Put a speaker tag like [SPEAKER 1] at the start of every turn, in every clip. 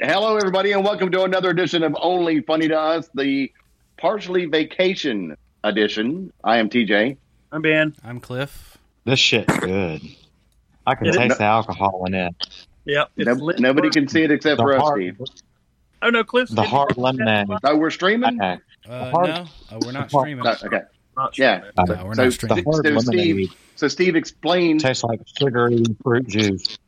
[SPEAKER 1] Hello, everybody, and welcome to another edition of Only Funny to Us, the partially vacation edition. I am TJ.
[SPEAKER 2] I'm Ben.
[SPEAKER 3] I'm Cliff.
[SPEAKER 4] This shit's good. I can
[SPEAKER 2] Is it
[SPEAKER 4] taste
[SPEAKER 1] not-
[SPEAKER 4] the alcohol in it.
[SPEAKER 2] Yep.
[SPEAKER 1] No- nobody can see it except for
[SPEAKER 4] The
[SPEAKER 1] us,
[SPEAKER 4] hard,
[SPEAKER 1] Steve.
[SPEAKER 2] Oh no, Cliff's
[SPEAKER 4] the hard lemonade.
[SPEAKER 1] So we're streaming?
[SPEAKER 4] Okay.
[SPEAKER 3] Uh,
[SPEAKER 4] Hard-
[SPEAKER 3] no, uh, we're not
[SPEAKER 4] the hard-
[SPEAKER 3] streaming.
[SPEAKER 1] No, okay. Yeah.
[SPEAKER 3] No, we're
[SPEAKER 1] So-
[SPEAKER 3] not
[SPEAKER 4] The
[SPEAKER 3] streaming.
[SPEAKER 4] hard
[SPEAKER 1] So,
[SPEAKER 4] lemonade
[SPEAKER 1] Steve- So Steve explained
[SPEAKER 4] tastes like sugary fruit juice.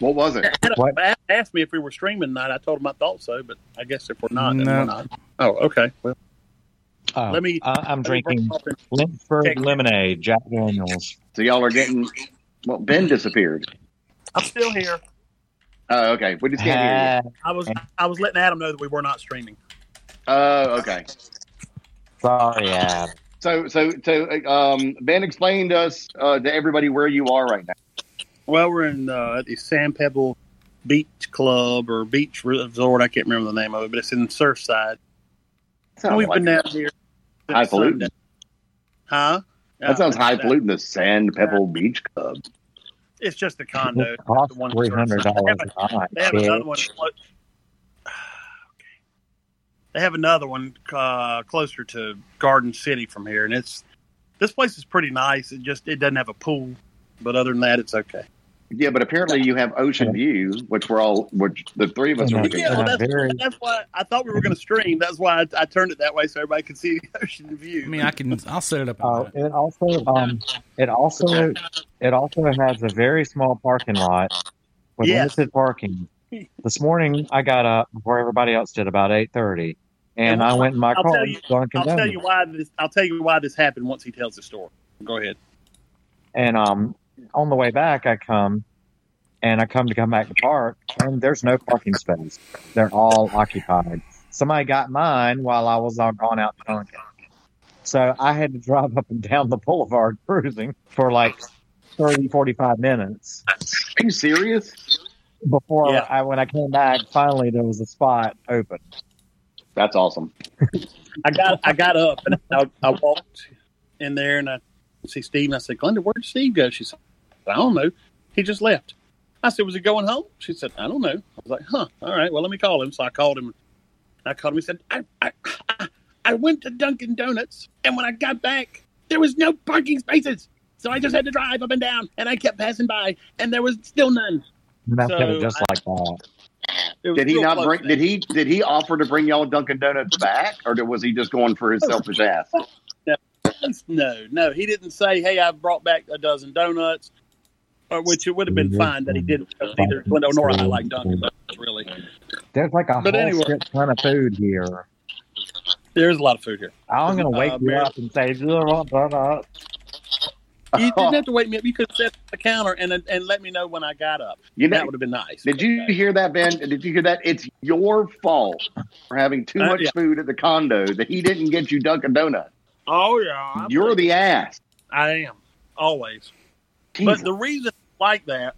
[SPEAKER 1] what was it?
[SPEAKER 4] What?
[SPEAKER 2] Adam asked me if we were streaming tonight. I told him I thought so, but I guess if we're not, then
[SPEAKER 3] No.
[SPEAKER 2] we're not. Oh, okay. Well,
[SPEAKER 4] Oh,
[SPEAKER 2] Let me-
[SPEAKER 4] I,
[SPEAKER 2] let
[SPEAKER 4] I'm
[SPEAKER 2] me
[SPEAKER 4] drinking
[SPEAKER 2] break off and-
[SPEAKER 4] Lindford
[SPEAKER 2] Check.
[SPEAKER 4] lemonade, Jack Daniels.
[SPEAKER 1] So y'all are getting well, Ben disappeared.
[SPEAKER 2] I'm still here.
[SPEAKER 1] Oh, okay. We just can't
[SPEAKER 2] I was I was letting Adam know that we were not streaming.
[SPEAKER 1] hear you. Oh, okay.
[SPEAKER 4] Ah, sorry, Adam.
[SPEAKER 1] So so so uh, um Ben explained to us uh, to everybody where you are right now.
[SPEAKER 2] Well, we're in uh, the Sand Pebble Beach Club or Beach Resort. I can't remember the name of it, but it's in Surfside.
[SPEAKER 1] Sounds
[SPEAKER 2] We've
[SPEAKER 1] like-
[SPEAKER 2] been down here. since
[SPEAKER 1] Highfalutin.
[SPEAKER 2] Sunday. Huh?
[SPEAKER 1] that sounds
[SPEAKER 2] Uh,
[SPEAKER 1] highfalutin, the Sand Pebble Beach Club.
[SPEAKER 2] It's just a condo.
[SPEAKER 4] It costs
[SPEAKER 2] The one-
[SPEAKER 4] three hundred dollars a night.
[SPEAKER 2] They have
[SPEAKER 4] bitch.
[SPEAKER 2] another one. Clo- they have another one uh, closer to Garden City from here, and it's this place is pretty nice. It just it doesn't have a pool, but other than that, it's okay.
[SPEAKER 1] Yeah, but apparently you have Ocean View, which we're all, which the three of us are
[SPEAKER 4] Yeah.
[SPEAKER 1] looking
[SPEAKER 2] Yeah,
[SPEAKER 1] at.
[SPEAKER 2] well,
[SPEAKER 4] I'm
[SPEAKER 2] that's,
[SPEAKER 4] very-
[SPEAKER 2] that's why I thought we were going to stream. That's why I, I turned it that way so everybody could see the ocean view.
[SPEAKER 3] I mean, I can. I'll set it up. in a minute.
[SPEAKER 4] Oh, it also um, it also it also has a very small parking lot with
[SPEAKER 2] Yes.
[SPEAKER 4] limited parking. This morning I got up before everybody else did about eight thirty, and
[SPEAKER 2] And
[SPEAKER 4] I went in my
[SPEAKER 2] I'll
[SPEAKER 4] car
[SPEAKER 2] tell
[SPEAKER 4] and
[SPEAKER 2] you-
[SPEAKER 4] Dunkin'
[SPEAKER 2] I'll tell
[SPEAKER 4] Donuts.
[SPEAKER 2] you why this. I'll tell you why this happened once he tells the story. Go ahead.
[SPEAKER 4] And um, on the way back I come, and I come to come back to park, and there's no parking space. They're all occupied. Somebody got mine while I was all gone out to Dunkin'. So I had to drive up and down the boulevard cruising for like 30, 45 minutes.
[SPEAKER 1] Are you serious?
[SPEAKER 4] before
[SPEAKER 2] Yeah.
[SPEAKER 4] I when I came back, finally there was a spot open.
[SPEAKER 1] That's awesome.
[SPEAKER 2] I got I got up and I, I walked in there and I see Steve and I said, Glenda, where'd Steve go? She said, I don't know. He just left. I said, Was he going home? She said, I don't know. I was like, Huh, all right, well let me call him. So I called him I called him. He said, I I, I, I went to Dunkin' Donuts and when I got back, there was no parking spaces. So I just had to drive up and down and I kept passing by and there was still none.
[SPEAKER 4] And that's
[SPEAKER 2] So,
[SPEAKER 4] kinda just like that.
[SPEAKER 2] It was
[SPEAKER 1] Did he
[SPEAKER 2] real
[SPEAKER 1] not
[SPEAKER 2] close
[SPEAKER 1] bring?
[SPEAKER 2] then.
[SPEAKER 1] Did he? Did he offer to bring y'all Dunkin' Donuts back, or was he just going for his selfish ass?
[SPEAKER 2] No, no, he didn't say, "Hey, I brought back a dozen donuts," or which it would have
[SPEAKER 1] Mm-hmm.
[SPEAKER 2] been fine that he didn't. because Neither Glendo nor I like Dunkin' Donuts really.
[SPEAKER 4] There's like a
[SPEAKER 2] But
[SPEAKER 4] whole
[SPEAKER 2] anyway.
[SPEAKER 4] shit ton of food here.
[SPEAKER 2] There is a lot of food here.
[SPEAKER 4] I'm gonna wake
[SPEAKER 2] Uh,
[SPEAKER 4] you
[SPEAKER 2] Mary-
[SPEAKER 4] up and say, "Blah, blah, blah, blah."
[SPEAKER 2] You didn't have to wake me up. You could have sat at the counter and and let me know when I got up.
[SPEAKER 1] You
[SPEAKER 2] That
[SPEAKER 1] know?
[SPEAKER 2] would have been nice.
[SPEAKER 1] Did you hear that, Ben? Did you hear that? It's your fault for having too
[SPEAKER 2] Uh,
[SPEAKER 1] much
[SPEAKER 2] yeah.
[SPEAKER 1] food at the condo that he didn't get you Dunkin' Donuts.
[SPEAKER 2] Oh yeah,
[SPEAKER 1] You're the ass.
[SPEAKER 2] I am always.
[SPEAKER 1] Jesus.
[SPEAKER 2] But the reason like that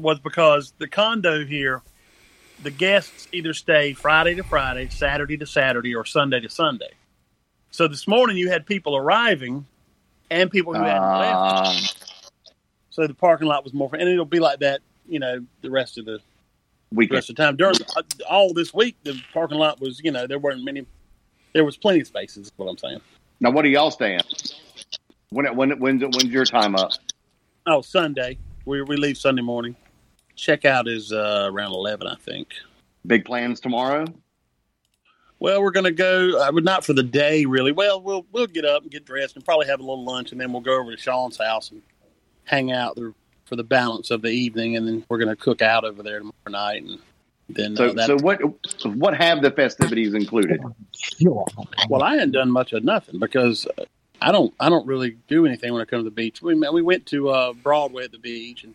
[SPEAKER 2] was because the condo here, the guests either stay Friday to Friday, Saturday to Saturday, or Sunday to Sunday. So this morning you had people arriving and people who hadn't left.
[SPEAKER 1] Ah,
[SPEAKER 2] So the parking lot was more, and it'll be like that, you know, the rest of the, the
[SPEAKER 1] weekend.
[SPEAKER 2] rest of the time. During uh, all this week, the parking lot was, you know, there weren't many, there was plenty of spaces. Is what I'm saying.
[SPEAKER 1] Now, what are y'all staying? When? When? When's? When's your time up?
[SPEAKER 2] Oh, Sunday we we leave Sunday morning. Checkout is uh, around eleven, I think.
[SPEAKER 1] Big plans tomorrow?
[SPEAKER 2] Well, we're going to go. Uh, but not for the day, really. Well, we'll we'll get up and get dressed and probably have a little lunch, and then we'll go over to Sean's house and hang out there for the balance of the evening, and then we're going to cook out over there tomorrow night, and then uh,
[SPEAKER 1] So,
[SPEAKER 2] that.
[SPEAKER 1] so what? What have the festivities included?
[SPEAKER 4] Sure.
[SPEAKER 2] well, I hadn't done much of nothing because uh, I don't I don't really do anything when I come to the beach. We we went to uh, Broadway at the beach, and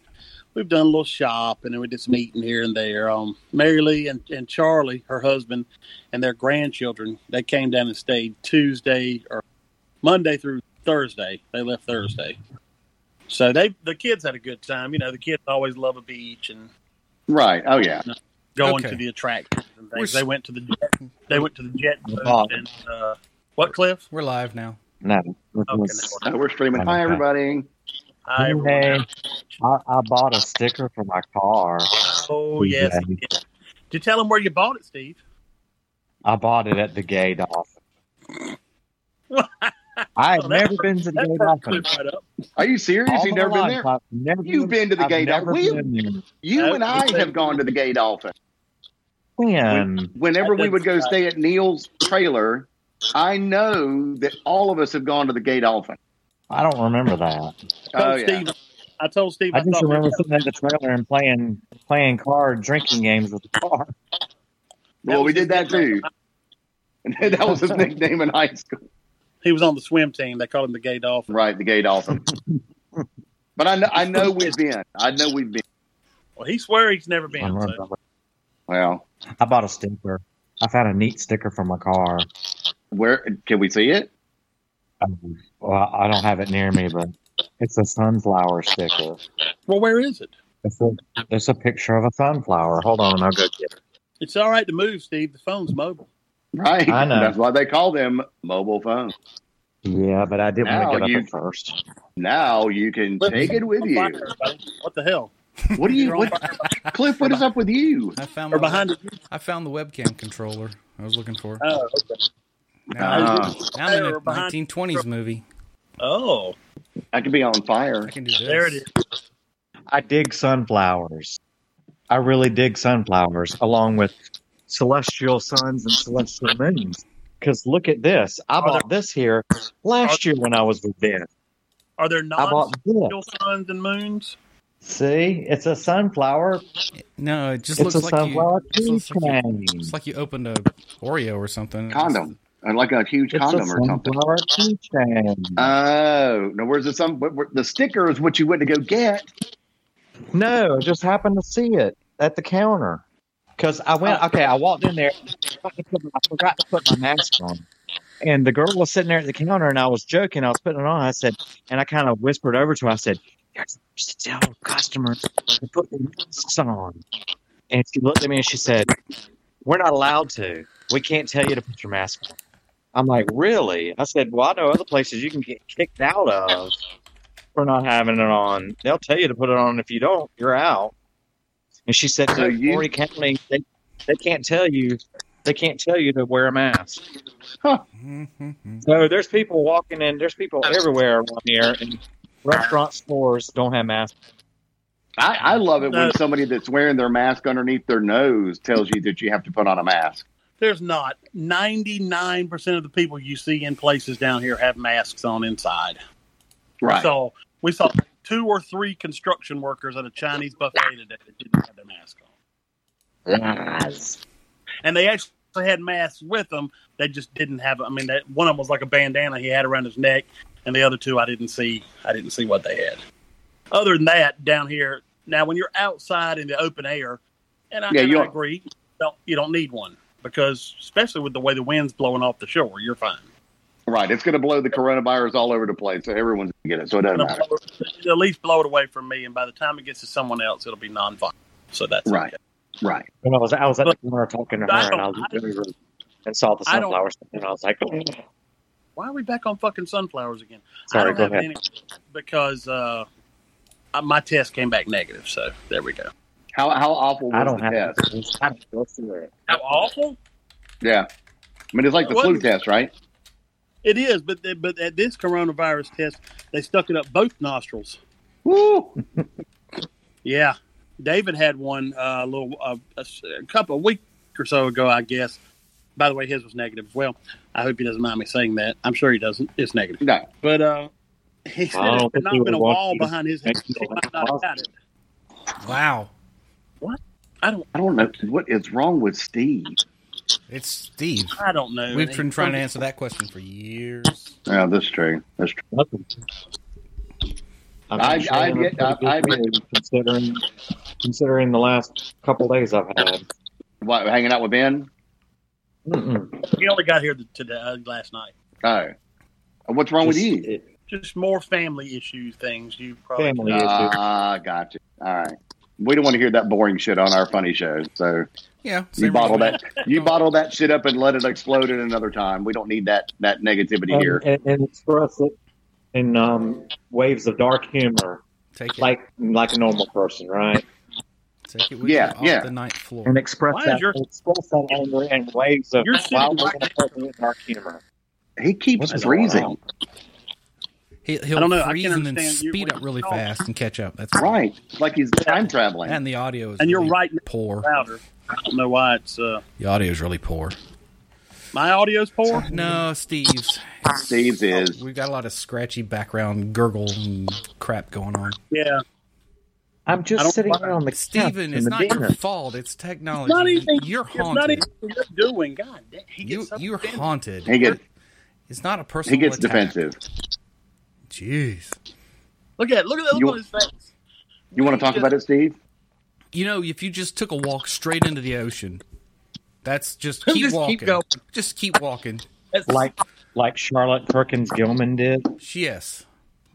[SPEAKER 2] we've done a little shop, and then we did some eating here and there. Um, Mary Lee and, and Charlie, her husband, and their grandchildren, they came down and stayed Tuesday or Monday through Thursday. They left Thursday, so they the kids had a good time. You know, the kids always love a beach and
[SPEAKER 1] Right. Oh yeah.
[SPEAKER 2] going
[SPEAKER 3] Okay.
[SPEAKER 2] to the attractions and
[SPEAKER 3] We're
[SPEAKER 2] things.
[SPEAKER 3] s- Mm-hmm.
[SPEAKER 2] They went to the jet, they went to the jet
[SPEAKER 4] Oh.
[SPEAKER 2] boat and uh, what Cliff?
[SPEAKER 3] We're live now.
[SPEAKER 4] No. it was-
[SPEAKER 2] Okay, now
[SPEAKER 1] Uh, we're streaming. Hi everybody.
[SPEAKER 2] Hi, everyone.
[SPEAKER 4] Hey, I, I bought a sticker for my car.
[SPEAKER 2] Oh yes.
[SPEAKER 4] Yeah.
[SPEAKER 2] he did. you tell him where you bought it, Steve?
[SPEAKER 4] I bought it at the gay dolphin. I have
[SPEAKER 2] Oh, that-
[SPEAKER 4] never been to the
[SPEAKER 2] That
[SPEAKER 4] gay
[SPEAKER 2] part
[SPEAKER 4] dolphin.
[SPEAKER 2] clipped right up.
[SPEAKER 1] Are you serious?
[SPEAKER 4] All
[SPEAKER 1] You've
[SPEAKER 4] my
[SPEAKER 1] never been
[SPEAKER 4] life,
[SPEAKER 1] there?
[SPEAKER 4] I've never
[SPEAKER 1] You've been to the gay
[SPEAKER 4] I've never
[SPEAKER 1] dolphin.
[SPEAKER 4] been
[SPEAKER 1] You
[SPEAKER 2] No,
[SPEAKER 1] and I
[SPEAKER 2] it's
[SPEAKER 1] have
[SPEAKER 2] like-
[SPEAKER 1] gone to the gay dolphin.
[SPEAKER 4] there. Man.
[SPEAKER 1] Whenever
[SPEAKER 2] That
[SPEAKER 1] we would go
[SPEAKER 2] doesn't-
[SPEAKER 1] stay at Neil's trailer, I know that all of us have gone to the gay dolphin.
[SPEAKER 4] I don't remember that.
[SPEAKER 2] I told
[SPEAKER 1] Oh, yeah.
[SPEAKER 2] Steve, I told Steve
[SPEAKER 4] I
[SPEAKER 2] I,
[SPEAKER 4] just
[SPEAKER 2] thought
[SPEAKER 4] remember
[SPEAKER 2] maybe,
[SPEAKER 4] sitting at the trailer and playing playing card drinking games with the car.
[SPEAKER 2] That
[SPEAKER 1] Well, we
[SPEAKER 2] was
[SPEAKER 1] did that
[SPEAKER 2] his
[SPEAKER 1] too.
[SPEAKER 2] nickname.
[SPEAKER 1] that was his nickname in high school.
[SPEAKER 2] he was on the swim team. They called him the gay dolphin.
[SPEAKER 1] Right, the gay dolphin. but I know, I know we've been. I know we've been.
[SPEAKER 2] Well, he swear he's never
[SPEAKER 4] I,
[SPEAKER 2] been.
[SPEAKER 4] remember
[SPEAKER 2] So.
[SPEAKER 4] that.
[SPEAKER 1] Well,
[SPEAKER 4] I bought a sticker. I found a neat sticker for my car.
[SPEAKER 1] where can we see it?
[SPEAKER 4] Um, well, I don't have it near me, but it's a sunflower sticker.
[SPEAKER 2] Well, where is it?
[SPEAKER 4] It's a, it's a picture of a sunflower. Hold on, I'll go get it.
[SPEAKER 2] It's all right to move, Steve. The phone's mobile.
[SPEAKER 1] Right.
[SPEAKER 4] I know.
[SPEAKER 1] That's why they call them mobile phones.
[SPEAKER 4] Yeah, but I didn't
[SPEAKER 1] Now
[SPEAKER 4] want to
[SPEAKER 1] you-
[SPEAKER 4] get up at first.
[SPEAKER 1] Now you can take it with
[SPEAKER 2] I'm
[SPEAKER 1] you.
[SPEAKER 2] fine, everybody. What the hell?
[SPEAKER 1] What do you,
[SPEAKER 2] You're on
[SPEAKER 1] what, Cliff? What is up with you?
[SPEAKER 3] I found
[SPEAKER 2] Or
[SPEAKER 3] my,
[SPEAKER 2] behind it?
[SPEAKER 3] I found the webcam controller I was looking for.
[SPEAKER 2] Oh, okay.
[SPEAKER 3] now,
[SPEAKER 4] Uh,
[SPEAKER 1] Ah.
[SPEAKER 3] now I'm in
[SPEAKER 2] Or
[SPEAKER 3] a
[SPEAKER 2] behind-
[SPEAKER 3] 1920s movie.
[SPEAKER 2] oh,
[SPEAKER 1] I could be on fire.
[SPEAKER 3] I can do this.
[SPEAKER 2] there it is.
[SPEAKER 4] I dig sunflowers. I really dig sunflowers, along with celestial suns and celestial moons. Because look at this. I bought this here last year when I was with Ben.
[SPEAKER 2] Are there
[SPEAKER 4] I bought
[SPEAKER 2] non-social
[SPEAKER 4] this.
[SPEAKER 2] suns and moons?
[SPEAKER 4] See, it's a sunflower.
[SPEAKER 3] No, it just
[SPEAKER 4] It's a
[SPEAKER 3] looks like you.
[SPEAKER 4] sunflower
[SPEAKER 3] it looks like you-
[SPEAKER 4] keychain.
[SPEAKER 3] It's like you opened a Oreo or something.
[SPEAKER 1] Condom. And like a huge
[SPEAKER 4] It's a
[SPEAKER 1] condom or something.
[SPEAKER 4] sunflower keychain.
[SPEAKER 1] Oh, now where's the some? where- where- The sticker is what you went to go get.
[SPEAKER 4] No, I just happened to see it at the counter. Because I went, okay, I walked in there. I forgot to put my- I forgot to put my mask on. And the girl was sitting there at the counter, and I was joking. I was putting it on. I said, and I kind of whispered over to her, I said, You're supposed to tell customers to put their masks on. And she looked at me and she said, We're not allowed to. We can't tell you to put your mask on. I'm like, Really? I said, Well, I know other places you can get kicked out of for not having it on. They'll tell you to put it on. If you don't, you're out. And she said,
[SPEAKER 1] So
[SPEAKER 4] "No,
[SPEAKER 1] you-
[SPEAKER 4] Horry County, they, they can't tell you. They can't tell you to wear a mask.
[SPEAKER 3] Mm-hmm.
[SPEAKER 4] So there's people walking in. There's people everywhere around here, and restaurants, stores don't have masks.
[SPEAKER 1] I, I love it
[SPEAKER 2] No.
[SPEAKER 1] when somebody that's wearing their mask underneath their nose tells you that you have to put on a mask.
[SPEAKER 2] There's not. Ninety-nine percent of the people you see in places down here have masks on inside.
[SPEAKER 1] Right.
[SPEAKER 2] We saw we saw two or three construction workers at a Chinese buffet today that didn't have their mask on, and they actually had masks with them. They just didn't have. I mean, that one of them was like a bandana he had around his neck, and the other two I didn't see. I didn't see what they had. Other than that, down here now, when you're outside in the open air, and I,
[SPEAKER 1] Yeah,
[SPEAKER 2] and
[SPEAKER 1] you
[SPEAKER 2] I
[SPEAKER 1] are-
[SPEAKER 2] agree, don't you don't need one because especially with the way the wind's blowing off the shore, you're fine.
[SPEAKER 1] Right. It's going to blow the coronavirus all over the place, so everyone's going to get it. So it doesn't
[SPEAKER 2] It'll
[SPEAKER 1] matter.
[SPEAKER 2] blow, it'll at least blow it away from me, and by the time it gets to someone else, it'll be non-violent. So that's
[SPEAKER 1] Right.
[SPEAKER 2] okay.
[SPEAKER 1] Right.
[SPEAKER 4] When I was, I was at the corner talking to
[SPEAKER 2] I
[SPEAKER 4] her, and I
[SPEAKER 2] don't-
[SPEAKER 4] looked over and saw the
[SPEAKER 2] I don't-
[SPEAKER 4] sunflowers, and I was like, "Oh,
[SPEAKER 2] Why are we back on fucking sunflowers again? I
[SPEAKER 4] "Sorry,
[SPEAKER 2] don't
[SPEAKER 4] go
[SPEAKER 2] have
[SPEAKER 4] ahead."
[SPEAKER 2] any because uh, uh, my test came back negative. So there we go.
[SPEAKER 1] How how awful was
[SPEAKER 4] I don't
[SPEAKER 1] the
[SPEAKER 4] have.
[SPEAKER 1] test?
[SPEAKER 4] I don't go through it.
[SPEAKER 2] How awful
[SPEAKER 1] Yeah. I mean, it's like the
[SPEAKER 2] It
[SPEAKER 1] flu
[SPEAKER 2] wasn't-
[SPEAKER 1] test, right?
[SPEAKER 2] it is, but they, but at this coronavirus test, they stuck it up both nostrils.
[SPEAKER 1] Woo!
[SPEAKER 2] Yeah, David had one uh, a little uh, a, s- a couple a week or so ago, I guess. By the way, his was negative as well. I hope he doesn't mind me saying that. I'm sure he doesn't. It's negative.
[SPEAKER 1] No.
[SPEAKER 2] But uh, he said
[SPEAKER 4] don't
[SPEAKER 2] it's
[SPEAKER 4] think he
[SPEAKER 2] not been a
[SPEAKER 4] would want
[SPEAKER 2] wall
[SPEAKER 4] you to
[SPEAKER 2] behind his head.
[SPEAKER 4] make
[SPEAKER 2] He
[SPEAKER 4] him
[SPEAKER 2] might not have got it.
[SPEAKER 3] Wow,
[SPEAKER 2] I don't.
[SPEAKER 1] I don't know what is wrong with Steve.
[SPEAKER 3] it's Steve.
[SPEAKER 2] I don't know.
[SPEAKER 3] We've been trying to answer that question for years.
[SPEAKER 1] Yeah, that's true. That's true.
[SPEAKER 4] I'm
[SPEAKER 1] I-
[SPEAKER 4] sure
[SPEAKER 1] I
[SPEAKER 4] I'm
[SPEAKER 1] get-
[SPEAKER 4] pretty
[SPEAKER 1] I-
[SPEAKER 4] good too, considering considering the last couple days I've had.
[SPEAKER 1] What, hanging out with Ben?
[SPEAKER 4] Mm-mm.
[SPEAKER 2] We only got here today, uh, last night.
[SPEAKER 1] Oh. What's wrong
[SPEAKER 4] Just-
[SPEAKER 1] with you?
[SPEAKER 4] it-
[SPEAKER 2] Just more family issue things. You probably
[SPEAKER 4] Family
[SPEAKER 2] Uh,
[SPEAKER 4] issue.
[SPEAKER 1] Ah, gotcha. All right. We don't want to hear that boring shit on our funny show. So
[SPEAKER 3] Yeah,
[SPEAKER 1] you
[SPEAKER 3] same
[SPEAKER 1] bottle
[SPEAKER 3] reason.
[SPEAKER 1] that you bottle that shit up and let it explode at another time. We don't need that that negativity
[SPEAKER 4] and,
[SPEAKER 1] here.
[SPEAKER 4] and, and express it in um, waves of dark humor,
[SPEAKER 3] Take it.
[SPEAKER 4] like like a normal person, right?
[SPEAKER 3] Take it with
[SPEAKER 1] Yeah,
[SPEAKER 3] you off
[SPEAKER 1] yeah.
[SPEAKER 3] the ninth floor.
[SPEAKER 4] and express
[SPEAKER 2] Why is
[SPEAKER 4] that
[SPEAKER 2] your-
[SPEAKER 4] express that anger in ways of
[SPEAKER 2] Your city-
[SPEAKER 4] while we're going to in our humor.
[SPEAKER 1] He keeps
[SPEAKER 4] What's going
[SPEAKER 1] freezing.
[SPEAKER 4] on?
[SPEAKER 3] He, he'll
[SPEAKER 2] I don't know. I
[SPEAKER 3] freeze
[SPEAKER 2] can't
[SPEAKER 3] and then
[SPEAKER 2] understand you
[SPEAKER 3] speed
[SPEAKER 2] when
[SPEAKER 3] up
[SPEAKER 2] you
[SPEAKER 3] really
[SPEAKER 2] talk.
[SPEAKER 3] fast and catch up. That's
[SPEAKER 1] Right. It's like he's time traveling.
[SPEAKER 3] And the audio is
[SPEAKER 2] And you're
[SPEAKER 3] really
[SPEAKER 2] right
[SPEAKER 3] poor.
[SPEAKER 2] louder. I don't know why it's uh,
[SPEAKER 3] The audio is really poor.
[SPEAKER 2] my audio's poor.
[SPEAKER 3] No, Steve's.
[SPEAKER 1] Steve's is.
[SPEAKER 3] We've got a lot of scratchy background gurgle and crap going on.
[SPEAKER 2] Yeah,
[SPEAKER 4] I'm
[SPEAKER 2] I don't
[SPEAKER 4] just sitting
[SPEAKER 2] want-
[SPEAKER 4] here on the
[SPEAKER 3] Steven,
[SPEAKER 4] couch in
[SPEAKER 3] it's
[SPEAKER 4] the
[SPEAKER 3] not
[SPEAKER 4] dinner.
[SPEAKER 3] your fault. It's technology.
[SPEAKER 2] it's not anything.
[SPEAKER 3] You're
[SPEAKER 2] It's not
[SPEAKER 3] haunted.
[SPEAKER 2] anything you're doing. God, damn, he
[SPEAKER 3] You,
[SPEAKER 2] gets up
[SPEAKER 3] you're
[SPEAKER 2] and-
[SPEAKER 3] haunted.
[SPEAKER 1] He gets
[SPEAKER 3] It's not a personal
[SPEAKER 1] he gets
[SPEAKER 3] attack.
[SPEAKER 1] defensive.
[SPEAKER 3] Jeez.
[SPEAKER 2] Look at look at the
[SPEAKER 1] You-
[SPEAKER 2] look on his face.
[SPEAKER 1] You want to talk about it, Steve?
[SPEAKER 3] You know, if you just took a walk straight into the ocean, that's just
[SPEAKER 2] Just
[SPEAKER 3] keep
[SPEAKER 2] keep
[SPEAKER 3] walking.
[SPEAKER 2] going.
[SPEAKER 3] Just keep walking.
[SPEAKER 2] That's,
[SPEAKER 4] like like Charlotte Perkins Gilman did.
[SPEAKER 3] Yes.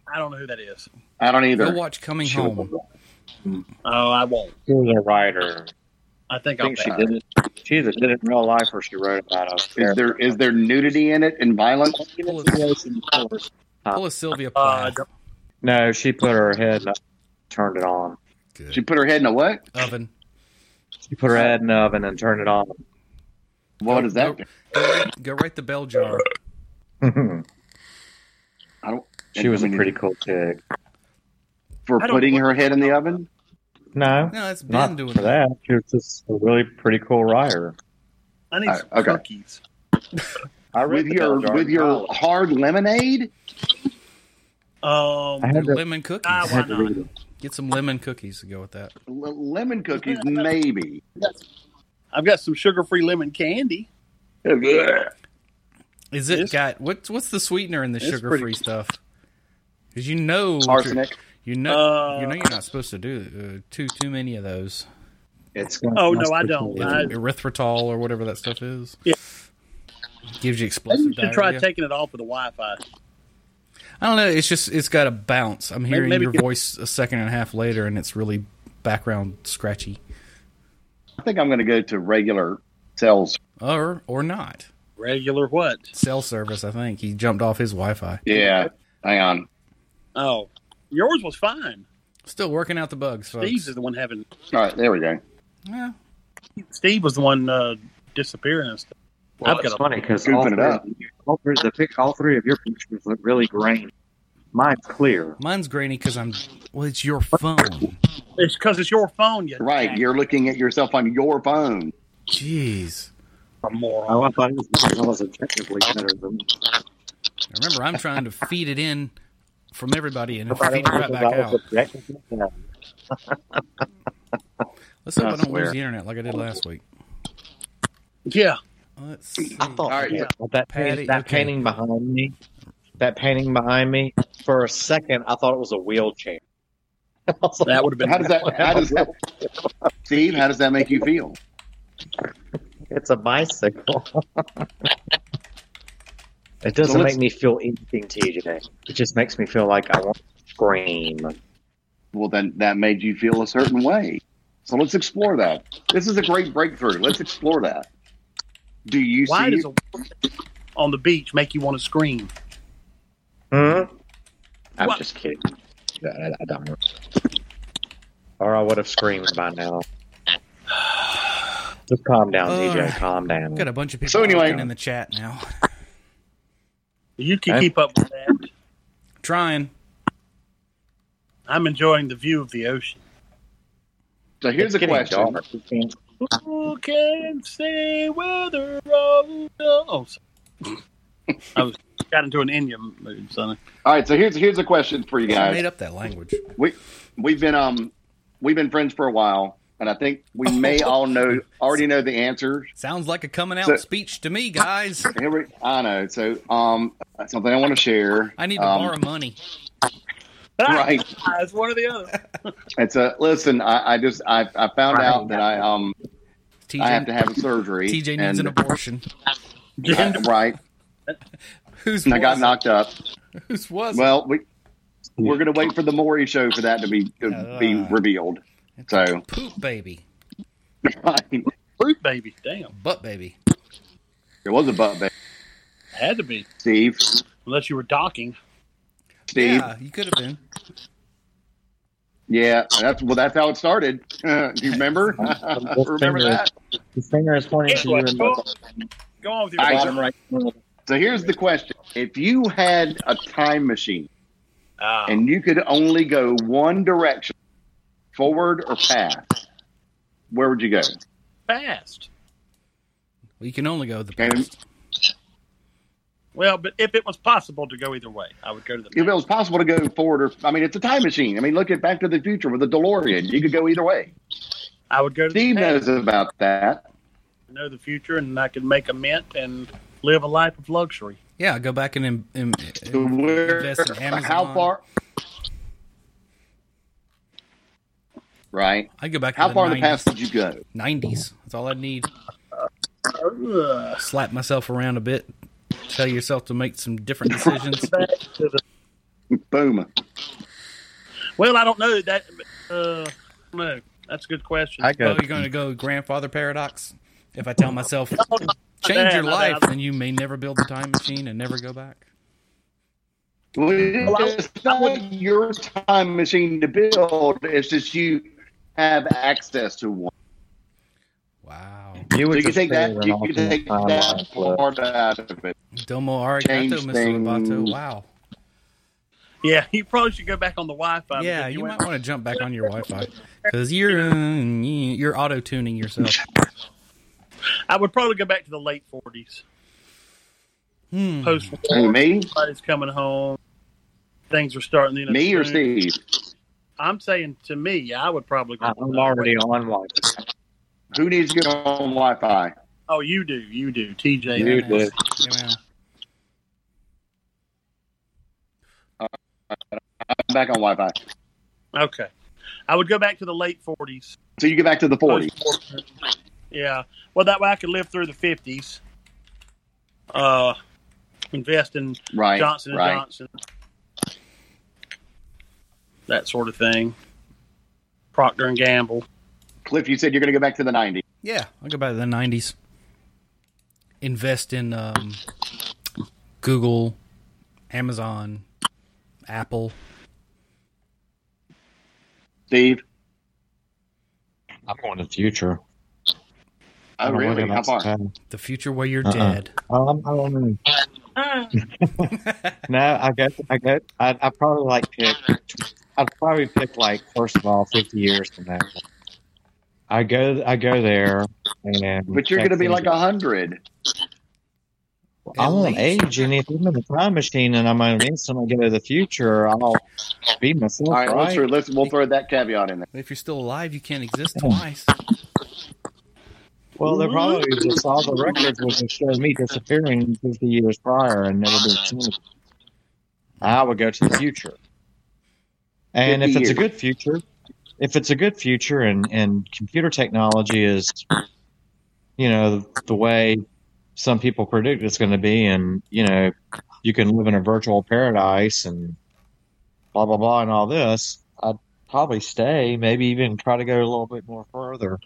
[SPEAKER 2] I don't know who that is.
[SPEAKER 1] I don't
[SPEAKER 3] Go
[SPEAKER 1] either.
[SPEAKER 3] watch Coming
[SPEAKER 1] She was-
[SPEAKER 3] Home.
[SPEAKER 2] Oh, I won't.
[SPEAKER 4] She was a writer.
[SPEAKER 2] I think
[SPEAKER 4] I
[SPEAKER 2] I'll
[SPEAKER 4] think she
[SPEAKER 2] pass.
[SPEAKER 4] did it. She either did it in real life or she wrote about us.
[SPEAKER 1] Is there is there nudity in it and violence?
[SPEAKER 3] Pull a, pull a Sylvia
[SPEAKER 2] Uh,
[SPEAKER 3] Plath.
[SPEAKER 2] don't-
[SPEAKER 4] No, she put her head and turned it on.
[SPEAKER 3] Good.
[SPEAKER 1] She put her head in a what?
[SPEAKER 3] Oven.
[SPEAKER 4] She put her head in the oven and turned it on.
[SPEAKER 1] What is that?
[SPEAKER 3] Go, go, go right the bell jar.
[SPEAKER 1] I don't.
[SPEAKER 4] she was a pretty cool chick.
[SPEAKER 1] for
[SPEAKER 2] I don't-
[SPEAKER 1] putting her head in the oven.
[SPEAKER 4] No,
[SPEAKER 3] No, that's Ben
[SPEAKER 4] not
[SPEAKER 3] doing
[SPEAKER 4] for that. She was just a really pretty cool writer.
[SPEAKER 2] I need
[SPEAKER 1] Uh,
[SPEAKER 2] some
[SPEAKER 1] okay.
[SPEAKER 2] cookies.
[SPEAKER 4] I
[SPEAKER 1] With your with your hard lemonade.
[SPEAKER 2] Um,
[SPEAKER 4] I had to,
[SPEAKER 3] Lemon cookies.
[SPEAKER 2] Ah,
[SPEAKER 4] I had to
[SPEAKER 2] Why
[SPEAKER 4] read it.
[SPEAKER 3] Get some lemon cookies to go with that.
[SPEAKER 1] L- lemon cookies, maybe.
[SPEAKER 2] I've got some sugar-free lemon candy.
[SPEAKER 3] Is it
[SPEAKER 2] It's-
[SPEAKER 3] got what's what's the sweetener in the
[SPEAKER 2] It's
[SPEAKER 3] sugar free
[SPEAKER 2] pretty-
[SPEAKER 3] stuff? Because you know what you're-
[SPEAKER 1] Arsenic.
[SPEAKER 3] You know
[SPEAKER 2] Uh,
[SPEAKER 3] you know you're not supposed to do uh, too too many of those.
[SPEAKER 4] It's gonna
[SPEAKER 2] Oh, no,
[SPEAKER 4] cost
[SPEAKER 2] I
[SPEAKER 4] you
[SPEAKER 2] don't.
[SPEAKER 4] too.
[SPEAKER 2] I-
[SPEAKER 3] erythritol or whatever that stuff is.
[SPEAKER 2] Yeah.
[SPEAKER 3] Gives you
[SPEAKER 2] Maybe you
[SPEAKER 3] explosive
[SPEAKER 2] should
[SPEAKER 3] diarrhea.
[SPEAKER 2] try taking it off of the Wi-Fi.
[SPEAKER 3] I don't know. It's just it's got a bounce. I'm hearing
[SPEAKER 2] maybe
[SPEAKER 3] your
[SPEAKER 2] get-
[SPEAKER 3] voice a second and a half later, and it's really background scratchy,
[SPEAKER 1] I think I'm going to go to regular sales.
[SPEAKER 3] or or not.
[SPEAKER 2] Regular what?
[SPEAKER 3] Cell service. I think he jumped off his Wi-Fi.
[SPEAKER 1] Yeah, hang on.
[SPEAKER 2] Oh, yours was fine.
[SPEAKER 3] Still working out the bugs, folks.
[SPEAKER 2] Steve's is the one having.
[SPEAKER 1] All right, there we go.
[SPEAKER 3] Yeah.
[SPEAKER 2] Steve was the one uh, disappearing and stuff.
[SPEAKER 4] Well,
[SPEAKER 2] I've
[SPEAKER 4] it's
[SPEAKER 2] got a,
[SPEAKER 4] funny because
[SPEAKER 1] Goofing
[SPEAKER 4] all,
[SPEAKER 1] it
[SPEAKER 4] three-
[SPEAKER 1] up.
[SPEAKER 4] all three the pic, all three of your pictures look really grainy. Mine's clear.
[SPEAKER 3] Mine's grainy because I'm. Well, it's your phone.
[SPEAKER 2] it's because it's your phone, you
[SPEAKER 1] Right, you're looking at yourself on your phone.
[SPEAKER 3] Jeez.
[SPEAKER 2] a moron.
[SPEAKER 4] Oh, I thought it was mine. I was objectively better than.
[SPEAKER 3] Remember, I'm trying to feed it in from everybody and
[SPEAKER 4] I thought
[SPEAKER 3] feed
[SPEAKER 4] it
[SPEAKER 3] it right
[SPEAKER 4] was-
[SPEAKER 3] back
[SPEAKER 4] I was
[SPEAKER 3] out.
[SPEAKER 4] objectively better.
[SPEAKER 3] Let's hope I
[SPEAKER 1] That's
[SPEAKER 3] don't lose
[SPEAKER 1] weird.
[SPEAKER 3] the internet like I did last week.
[SPEAKER 2] Yeah,
[SPEAKER 3] Let's see.
[SPEAKER 4] I thought
[SPEAKER 1] All right,
[SPEAKER 4] yeah, that,
[SPEAKER 3] Patty,
[SPEAKER 4] painting, that
[SPEAKER 3] okay.
[SPEAKER 4] painting behind me, that painting behind me, for a second, I thought it was a wheelchair. I was like,
[SPEAKER 2] that would have been.
[SPEAKER 1] How does that? How does that? Steve, how does that make you feel?
[SPEAKER 4] It's a bicycle. it doesn't
[SPEAKER 1] let's-
[SPEAKER 4] make me feel anything, TJ. It just makes me feel like I want to scream.
[SPEAKER 1] Well, then that made you feel a certain way. So let's explore that. This is a great breakthrough. Let's explore that. Do you
[SPEAKER 2] Why
[SPEAKER 1] see?
[SPEAKER 2] does a on the beach make you want to scream?
[SPEAKER 4] Hmm? I'm
[SPEAKER 2] What?
[SPEAKER 4] just kidding. I, I- I don't know. Or I would have screamed by now. Just calm down,
[SPEAKER 3] All
[SPEAKER 4] TJ.
[SPEAKER 3] right.
[SPEAKER 4] Calm down.
[SPEAKER 3] I've got a bunch of people
[SPEAKER 1] So anyway-
[SPEAKER 3] in the chat now.
[SPEAKER 2] You can
[SPEAKER 4] Okay.
[SPEAKER 2] keep up with that.
[SPEAKER 3] Trying.
[SPEAKER 2] I'm enjoying the view of the ocean.
[SPEAKER 1] so here's
[SPEAKER 4] It's
[SPEAKER 1] a
[SPEAKER 4] getting
[SPEAKER 1] question.
[SPEAKER 4] dark. You can't-
[SPEAKER 2] Who can say whether road? Oh, sorry. I was got into an Indian mood, Sonny.
[SPEAKER 1] All right, so here's here's a question for you
[SPEAKER 3] I
[SPEAKER 1] guys.
[SPEAKER 3] made up that language.
[SPEAKER 1] We we've been um we've been friends for a while, and I think we may all know already know the answer.
[SPEAKER 3] Sounds like a coming out
[SPEAKER 1] So-
[SPEAKER 3] speech to me, guys.
[SPEAKER 1] Here we, I know. So um something I want to share.
[SPEAKER 3] I need to
[SPEAKER 1] um,
[SPEAKER 3] borrow money.
[SPEAKER 1] Right.
[SPEAKER 2] Ah, it's one or the other.
[SPEAKER 1] It's a listen. I, I just I, I found
[SPEAKER 4] Right.
[SPEAKER 1] out that I um
[SPEAKER 3] TJ,
[SPEAKER 1] I have to have a surgery.
[SPEAKER 3] TJ needs an
[SPEAKER 1] and,
[SPEAKER 3] abortion.
[SPEAKER 1] I- right.
[SPEAKER 3] Who's
[SPEAKER 1] And I got
[SPEAKER 3] was it?
[SPEAKER 1] knocked up.
[SPEAKER 3] Who's was it?
[SPEAKER 1] Well, we we're gonna wait for the Maury show for that to be to be
[SPEAKER 3] Uh.
[SPEAKER 1] revealed. So
[SPEAKER 3] poop baby,
[SPEAKER 1] right.
[SPEAKER 2] Fruit baby, damn,
[SPEAKER 3] butt baby.
[SPEAKER 1] there was a butt there.
[SPEAKER 2] had to be
[SPEAKER 1] Steve.
[SPEAKER 2] unless you were docking.
[SPEAKER 1] Steve.
[SPEAKER 3] Yeah, you could have been.
[SPEAKER 1] Yeah, that's well. That's how it started. Do you remember? remember
[SPEAKER 4] finger.
[SPEAKER 1] that?
[SPEAKER 4] His finger is pointing to you.
[SPEAKER 2] Anyway,
[SPEAKER 4] In
[SPEAKER 2] go,
[SPEAKER 4] the
[SPEAKER 2] go on with your
[SPEAKER 1] All right,
[SPEAKER 2] bottom
[SPEAKER 4] bottom
[SPEAKER 2] right.
[SPEAKER 4] right. corner.
[SPEAKER 1] So here's the question: If you had a time machine
[SPEAKER 2] Ah,
[SPEAKER 1] and you could only go one direction, forward or past, where would you go?
[SPEAKER 2] fast.
[SPEAKER 3] We can only go the
[SPEAKER 1] Okay.
[SPEAKER 3] past.
[SPEAKER 2] Well, but if it was possible to go either way, I would go to the.
[SPEAKER 1] If it was possible to go forward or, I mean, it's a time machine. I mean, look at Back to the Future with the DeLorean. You could go either way.
[SPEAKER 2] I would go to
[SPEAKER 1] Steve
[SPEAKER 2] the. past.
[SPEAKER 1] knows about that.
[SPEAKER 2] I know the future, and I could make a mint and live a life of luxury.
[SPEAKER 3] Yeah, go back and, in, in,
[SPEAKER 1] So where,
[SPEAKER 3] invest in Amazon.
[SPEAKER 1] how far? Right.
[SPEAKER 3] I go back.
[SPEAKER 1] How
[SPEAKER 3] to
[SPEAKER 1] far in
[SPEAKER 3] the
[SPEAKER 1] the past would you go?
[SPEAKER 3] Nineties. That's all I need.
[SPEAKER 2] Ugh.
[SPEAKER 3] Slap myself around a bit. Tell yourself to make some different decisions.
[SPEAKER 2] Back to the-
[SPEAKER 1] Boom.
[SPEAKER 2] well, I don't know that. Uh, no, that's a good question.
[SPEAKER 4] I
[SPEAKER 3] Oh,
[SPEAKER 4] go.
[SPEAKER 3] you're going to go grandfather paradox. If I tell myself change
[SPEAKER 2] Damn,
[SPEAKER 3] your
[SPEAKER 2] my
[SPEAKER 3] life,
[SPEAKER 2] bad.
[SPEAKER 3] then you may never build the time machine and never go back.
[SPEAKER 1] Well,
[SPEAKER 2] I-
[SPEAKER 1] it's not your time machine to build. It's just you have access to one.
[SPEAKER 3] Wow.
[SPEAKER 4] You
[SPEAKER 1] So
[SPEAKER 4] would
[SPEAKER 1] you can
[SPEAKER 4] just
[SPEAKER 1] take
[SPEAKER 4] create
[SPEAKER 1] that.
[SPEAKER 4] an
[SPEAKER 1] You can
[SPEAKER 4] alternate
[SPEAKER 1] take that
[SPEAKER 4] timeline for-
[SPEAKER 1] part out of it.
[SPEAKER 3] Domo arigato,
[SPEAKER 1] Change
[SPEAKER 3] Mr.
[SPEAKER 1] things.
[SPEAKER 3] Roboto. Wow.
[SPEAKER 2] Yeah, you probably should go back on the Wi-Fi.
[SPEAKER 3] yeah,
[SPEAKER 2] because
[SPEAKER 3] you might
[SPEAKER 2] Um, went-
[SPEAKER 3] want to jump back on your Wi-Fi because you're uh, you're auto tuning yourself.
[SPEAKER 2] I would probably go back to the late forties,
[SPEAKER 3] Hmm.
[SPEAKER 2] post
[SPEAKER 1] Who,
[SPEAKER 2] war.
[SPEAKER 1] me?
[SPEAKER 2] Everybody's coming home. Things are starting. You know,
[SPEAKER 1] Me or
[SPEAKER 2] soon.
[SPEAKER 1] Steve?
[SPEAKER 2] I'm saying to me, I would probably. Go
[SPEAKER 4] I'm already on one.
[SPEAKER 1] Who needs to get on Wi-Fi?
[SPEAKER 2] Oh, you do, you do, TJ.
[SPEAKER 3] Yeah,
[SPEAKER 4] You do.
[SPEAKER 3] yeah.
[SPEAKER 1] I'm back on Wi-Fi.
[SPEAKER 2] Okay, I would go back to the late forties.
[SPEAKER 1] So you get back to the 40s.
[SPEAKER 2] Yeah. Well, that way I could live through the fifties. Uh, invest in
[SPEAKER 1] Right.
[SPEAKER 2] Johnson and
[SPEAKER 1] right.
[SPEAKER 2] Johnson, that sort of thing. Procter and Gamble.
[SPEAKER 1] Cliff, you said you're going to go back to the 90s.
[SPEAKER 3] Yeah, I'll go back to the '90s. Invest in um, Google, Amazon, Apple.
[SPEAKER 1] Steve?
[SPEAKER 4] I'm going to the future.
[SPEAKER 1] Oh,
[SPEAKER 4] I'm
[SPEAKER 1] really?
[SPEAKER 4] looking
[SPEAKER 1] How
[SPEAKER 4] at
[SPEAKER 1] far?
[SPEAKER 4] time.
[SPEAKER 3] The future where you're
[SPEAKER 4] Uh-uh.
[SPEAKER 3] dead.
[SPEAKER 4] Um, um, no, I guess I guess I'd, I'd probably like pick. I'd probably pick like first of all, fifty years from now. I go I go there, and
[SPEAKER 1] But you're going to be like a 100.
[SPEAKER 4] I
[SPEAKER 3] At
[SPEAKER 4] won't
[SPEAKER 3] least.
[SPEAKER 4] age, and if I'm in the time machine and I'm going to instantly go to the future, I'll be myself.
[SPEAKER 1] All right,
[SPEAKER 4] right?
[SPEAKER 1] Let's, let's, we'll throw that caveat in there.
[SPEAKER 3] If you're still alive, you can't exist twice.
[SPEAKER 4] Well, they're probably just all the records which would show me disappearing 50 years prior and never being seen. again. I would go to the future. And if
[SPEAKER 1] 50
[SPEAKER 4] it's a
[SPEAKER 1] years.
[SPEAKER 4] good future, if it's a good future and, and computer technology is, you know, the way some people predict it's going to be, and, you know, you can live in a virtual paradise and blah, blah, blah, and all this, I'd probably stay, maybe even try to go a little bit more further.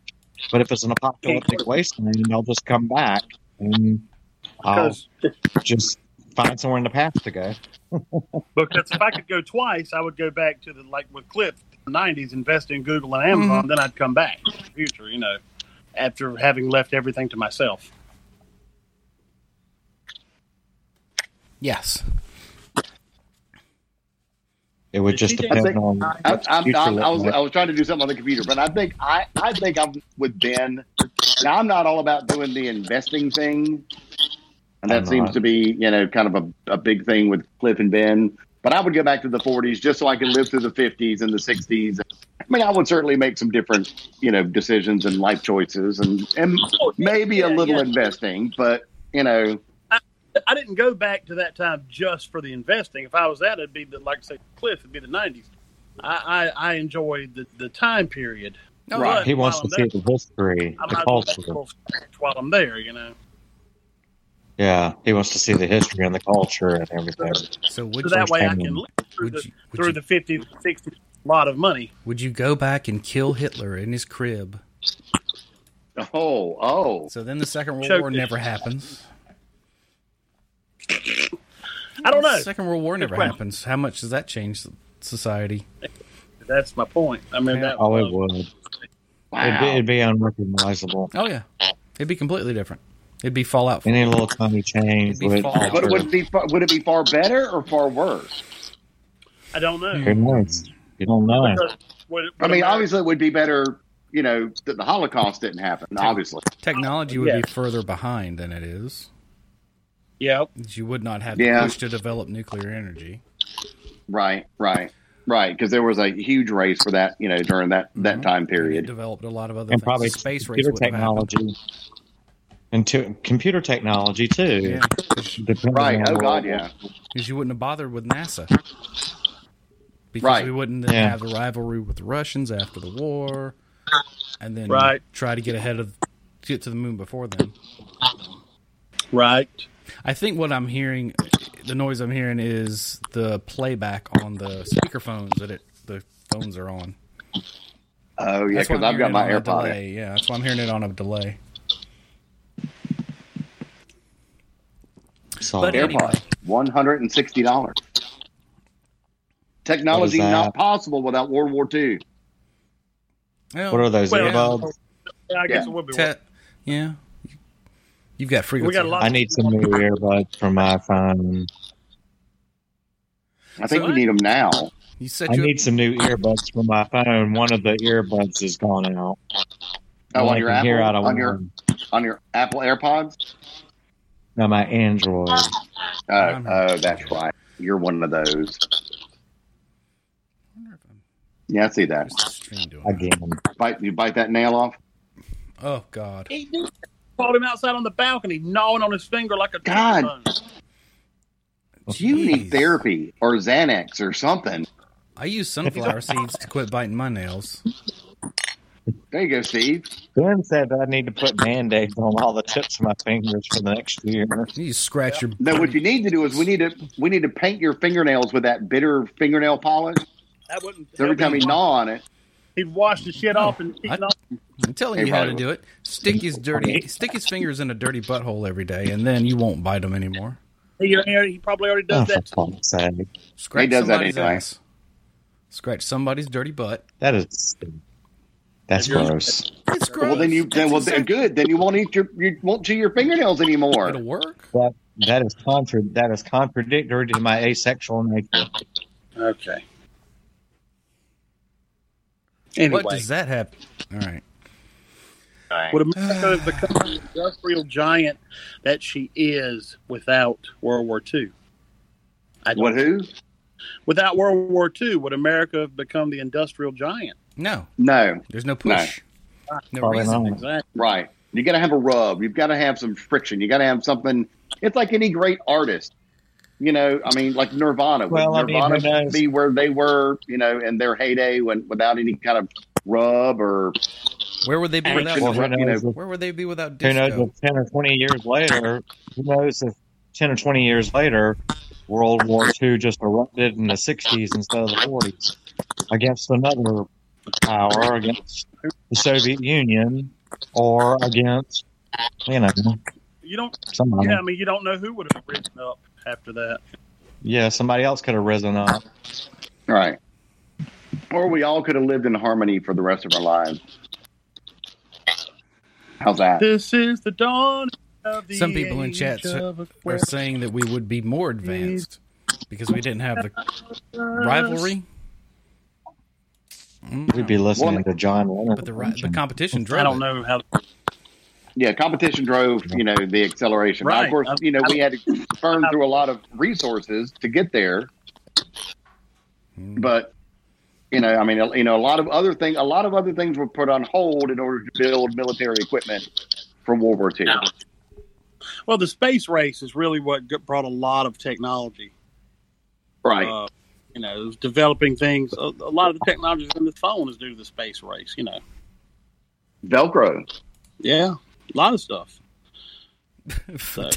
[SPEAKER 4] But if it's an apocalyptic wasteland, I'll just come back and I'll
[SPEAKER 2] Because,
[SPEAKER 4] just find somewhere in the past to go.
[SPEAKER 2] because if I could go twice, I would go back to the like with Cliff nineties, invest in Google and Amazon, then I'd come back in the future, you know, after having left everything to myself.
[SPEAKER 3] Yes.
[SPEAKER 4] It would just
[SPEAKER 2] I
[SPEAKER 4] depend
[SPEAKER 1] think-
[SPEAKER 4] on.
[SPEAKER 1] I,
[SPEAKER 4] what the
[SPEAKER 1] I'm,
[SPEAKER 4] future
[SPEAKER 1] I'm, I,
[SPEAKER 4] looked
[SPEAKER 1] was,
[SPEAKER 4] like.
[SPEAKER 1] I was trying to do something on the computer, but I think I, I think I'm with Ben. Now I'm not all about doing the investing thing, and that
[SPEAKER 4] I'm
[SPEAKER 1] seems
[SPEAKER 4] not.
[SPEAKER 1] to be you know kind of a, a big thing with Cliff and Ben. But I would go back to the 40s just so I could live through the 50s and the 60s. I mean, I would certainly make some different you know decisions and life choices, and and maybe a
[SPEAKER 2] Oh, yeah,
[SPEAKER 1] little
[SPEAKER 2] yeah.
[SPEAKER 1] investing, but you know,
[SPEAKER 2] I didn't go back to that time just for the investing. If I was that, it'd be the, like I said, Cliff, it'd be the nineties. I, I, I enjoyed the, the time period.
[SPEAKER 3] No,
[SPEAKER 1] Right.
[SPEAKER 3] but-
[SPEAKER 4] Oh, He wants
[SPEAKER 2] while
[SPEAKER 4] to
[SPEAKER 2] I'm
[SPEAKER 4] see the history,
[SPEAKER 2] I
[SPEAKER 4] the
[SPEAKER 2] might as
[SPEAKER 4] culture.
[SPEAKER 2] well back while I'm there, you know.
[SPEAKER 4] Yeah, he wants to see the history and the culture and everything.
[SPEAKER 3] So would
[SPEAKER 2] So
[SPEAKER 3] you,
[SPEAKER 2] that way I
[SPEAKER 4] Hang
[SPEAKER 2] can
[SPEAKER 4] on.
[SPEAKER 2] live through
[SPEAKER 3] would
[SPEAKER 2] the
[SPEAKER 3] you,
[SPEAKER 2] through
[SPEAKER 3] would,
[SPEAKER 2] the
[SPEAKER 3] you,
[SPEAKER 2] 50, 60 lot of money.
[SPEAKER 3] would you go back and kill Hitler in his crib?
[SPEAKER 1] oh oh,
[SPEAKER 3] So then the Second World
[SPEAKER 2] Choke
[SPEAKER 3] War
[SPEAKER 2] it.
[SPEAKER 3] never happens.
[SPEAKER 2] I don't know.
[SPEAKER 3] Second World War never
[SPEAKER 2] question.
[SPEAKER 3] happens. How much does that change society?
[SPEAKER 2] That's my point. I mean, that
[SPEAKER 4] oh,
[SPEAKER 2] was-
[SPEAKER 4] it would. It'd, be,
[SPEAKER 1] Wow.
[SPEAKER 4] it'd be unrecognizable.
[SPEAKER 3] Oh yeah, it'd be completely different. It'd be Fallout. 4.
[SPEAKER 4] Any little tiny change
[SPEAKER 3] It'd be
[SPEAKER 4] would.
[SPEAKER 3] false.
[SPEAKER 4] alter
[SPEAKER 1] But
[SPEAKER 4] it.
[SPEAKER 1] would it be far, would it be far better or far worse?
[SPEAKER 2] I don't
[SPEAKER 3] Hmm.
[SPEAKER 2] know.
[SPEAKER 4] Who knows? You don't know.
[SPEAKER 2] Because what-
[SPEAKER 1] I
[SPEAKER 2] what
[SPEAKER 1] mean,
[SPEAKER 2] about-
[SPEAKER 1] obviously, it would be better. You know that the Holocaust didn't happen. Obviously,
[SPEAKER 3] Technology would
[SPEAKER 2] Yeah.
[SPEAKER 3] be further behind than it is.
[SPEAKER 2] yeah,
[SPEAKER 3] You would not have
[SPEAKER 1] Yeah.
[SPEAKER 3] to push to develop nuclear energy.
[SPEAKER 1] right, right, right, because there was a huge race for that. You know, during that that
[SPEAKER 3] Mhm.
[SPEAKER 1] time
[SPEAKER 3] They
[SPEAKER 1] period.
[SPEAKER 3] developed a lot of other
[SPEAKER 4] And
[SPEAKER 3] things.
[SPEAKER 4] probably
[SPEAKER 3] space race
[SPEAKER 4] computer
[SPEAKER 3] would have happened.
[SPEAKER 4] technology. And to, computer technology, too.
[SPEAKER 3] Yeah,
[SPEAKER 4] Depending
[SPEAKER 1] Right.
[SPEAKER 4] on
[SPEAKER 1] Oh
[SPEAKER 4] what-
[SPEAKER 1] God, yeah.
[SPEAKER 3] because you wouldn't have bothered with NASA. Because
[SPEAKER 1] Right.
[SPEAKER 3] we wouldn't then
[SPEAKER 4] Yeah.
[SPEAKER 3] have the rivalry with the Russians after the war, and then
[SPEAKER 2] Right.
[SPEAKER 3] try to get ahead of get to the moon before then.
[SPEAKER 2] right.
[SPEAKER 3] I think what I'm hearing, the noise I'm hearing is the playback on the speakerphones that it, the phones are on.
[SPEAKER 1] Oh yeah,
[SPEAKER 3] That's
[SPEAKER 1] because
[SPEAKER 3] why I'm
[SPEAKER 1] I've got my
[SPEAKER 3] hearing it
[SPEAKER 1] AirPod.
[SPEAKER 3] on a
[SPEAKER 1] in.
[SPEAKER 3] delay. Yeah, that's why I'm hearing it on a delay.
[SPEAKER 4] Solid.
[SPEAKER 3] But- Anyway.
[SPEAKER 1] AirPod, one hundred and sixty dollars. Technology
[SPEAKER 4] What is
[SPEAKER 1] not
[SPEAKER 4] that?
[SPEAKER 1] possible without World War II.
[SPEAKER 3] Well,
[SPEAKER 4] what are those
[SPEAKER 2] Well,
[SPEAKER 4] earbuds?
[SPEAKER 2] Yeah, I guess
[SPEAKER 1] Yeah.
[SPEAKER 2] it would be.
[SPEAKER 3] te- yeah, you've got frequency.
[SPEAKER 2] We got a lot-
[SPEAKER 4] I need some new earbuds for my phone.
[SPEAKER 1] I think
[SPEAKER 3] So-
[SPEAKER 1] we need them now.
[SPEAKER 3] You set
[SPEAKER 4] I
[SPEAKER 3] you
[SPEAKER 4] need some new earbuds for my phone. One of the earbuds has gone out.
[SPEAKER 1] Oh,
[SPEAKER 4] All
[SPEAKER 1] on
[SPEAKER 4] I
[SPEAKER 1] your
[SPEAKER 4] can
[SPEAKER 1] Apple,
[SPEAKER 4] hear out of
[SPEAKER 1] on your
[SPEAKER 4] one.
[SPEAKER 1] on your Apple AirPods.
[SPEAKER 4] No, my Android.
[SPEAKER 1] Oh,
[SPEAKER 3] I'm-
[SPEAKER 1] oh, that's right. You're one of those.
[SPEAKER 3] I wonder if I'm-
[SPEAKER 1] Yeah, I see that.
[SPEAKER 3] what's the stream doing?
[SPEAKER 4] Again.
[SPEAKER 1] Bite you bite that nail off.
[SPEAKER 3] Oh God!
[SPEAKER 2] He knew- called him outside on the balcony, gnawing on his finger like a
[SPEAKER 1] God.
[SPEAKER 2] trombone.
[SPEAKER 1] You need
[SPEAKER 3] Jeez.
[SPEAKER 1] therapy or Xanax or something.
[SPEAKER 3] I use sunflower seeds to quit biting my nails.
[SPEAKER 1] There you go, Steve.
[SPEAKER 4] Ben said that I need to put band aids on all the tips of my fingers for the next year.
[SPEAKER 3] You just scratch your.
[SPEAKER 1] No, what you need to do is we need to we need to paint your fingernails with that bitter fingernail polish.
[SPEAKER 2] That wouldn't.
[SPEAKER 1] So every time you gnaw on it,
[SPEAKER 2] he'd wash the
[SPEAKER 3] Oh,
[SPEAKER 2] shit off and eat
[SPEAKER 3] I-
[SPEAKER 2] it off.
[SPEAKER 3] I'm telling
[SPEAKER 1] Hey,
[SPEAKER 3] you how to
[SPEAKER 1] Riley.
[SPEAKER 3] do it. Stick his dirty, stick his fingers in a dirty butthole every day, and then you won't bite them anymore.
[SPEAKER 2] He, he probably already
[SPEAKER 4] Oh,
[SPEAKER 2] does
[SPEAKER 4] for
[SPEAKER 2] that.
[SPEAKER 4] fuck's sake.
[SPEAKER 3] Scratch
[SPEAKER 1] He does that
[SPEAKER 3] somebody's
[SPEAKER 1] anyway.
[SPEAKER 3] ass. Scratch somebody's dirty butt.
[SPEAKER 4] That is stupid. That's gross.
[SPEAKER 3] It's gross.
[SPEAKER 1] well then you then
[SPEAKER 3] That's
[SPEAKER 1] well
[SPEAKER 3] exact-
[SPEAKER 1] then, good then you won't eat your you won't chew your fingernails anymore.
[SPEAKER 3] It'll work.
[SPEAKER 4] That that is contra that is contradictory to my asexual nature.
[SPEAKER 2] Okay. Anyway,
[SPEAKER 3] What does that have? All right.
[SPEAKER 2] would America have become the industrial giant that she is without World War II? I don't-
[SPEAKER 1] What who?
[SPEAKER 2] Without World War II, would America have become the industrial giant?
[SPEAKER 3] No,
[SPEAKER 1] No,
[SPEAKER 3] there's no push. No,
[SPEAKER 4] Probably
[SPEAKER 3] reason.
[SPEAKER 4] not.
[SPEAKER 2] Exactly.
[SPEAKER 1] right. You got to have a rub. You've got to have some friction. You got to have something. It's like any great artist. You know, I mean, like Nirvana. Would
[SPEAKER 4] Well, I mean,
[SPEAKER 1] Nirvana
[SPEAKER 4] who knows?
[SPEAKER 1] be where they were, you know, in their heyday when without any kind of rub or
[SPEAKER 3] Where would they be
[SPEAKER 1] Well,
[SPEAKER 3] without?
[SPEAKER 1] Well,
[SPEAKER 4] who
[SPEAKER 1] right, you
[SPEAKER 4] knows,
[SPEAKER 1] know,
[SPEAKER 4] if,
[SPEAKER 3] Where would they be without
[SPEAKER 4] who knows
[SPEAKER 3] disco?
[SPEAKER 4] if ten or twenty years later who knows if ten or twenty years later World War II just erupted in the sixties instead of the forties against another power, against the Soviet Union or against you know
[SPEAKER 2] You don't.
[SPEAKER 4] somebody.
[SPEAKER 2] Yeah, I mean, you don't know who would have risen up after that.
[SPEAKER 4] Yeah, somebody else could have risen up.
[SPEAKER 1] right. Or we all could have lived in harmony for the rest of our lives. How's that?
[SPEAKER 2] This is the dawn of the
[SPEAKER 3] Some people in chat
[SPEAKER 2] age of
[SPEAKER 3] They're saying that we would be more advanced because we didn't have the rivalry. Mm,
[SPEAKER 4] We'd be listening
[SPEAKER 1] Well,
[SPEAKER 4] to John Lennon.
[SPEAKER 3] But the ri- the competition drove.
[SPEAKER 2] I don't
[SPEAKER 3] it.
[SPEAKER 2] know how.
[SPEAKER 1] Yeah, competition drove, you know, the acceleration. Now,
[SPEAKER 2] Right. Um,
[SPEAKER 1] of course, you know, we had to burn
[SPEAKER 2] I-
[SPEAKER 1] through a lot of resources to get there.
[SPEAKER 3] Mm.
[SPEAKER 1] but you know, I mean, you know, a lot of other things, a lot of other things were put on hold in order to build military equipment for World War II.
[SPEAKER 2] No. Well, the space race is really what g- brought a lot of technology.
[SPEAKER 1] Right.
[SPEAKER 2] Uh, you know, it was developing things. A, a lot of the technology in the phone is due to the space race. You know.
[SPEAKER 1] Velcro.
[SPEAKER 2] Yeah, a lot of stuff.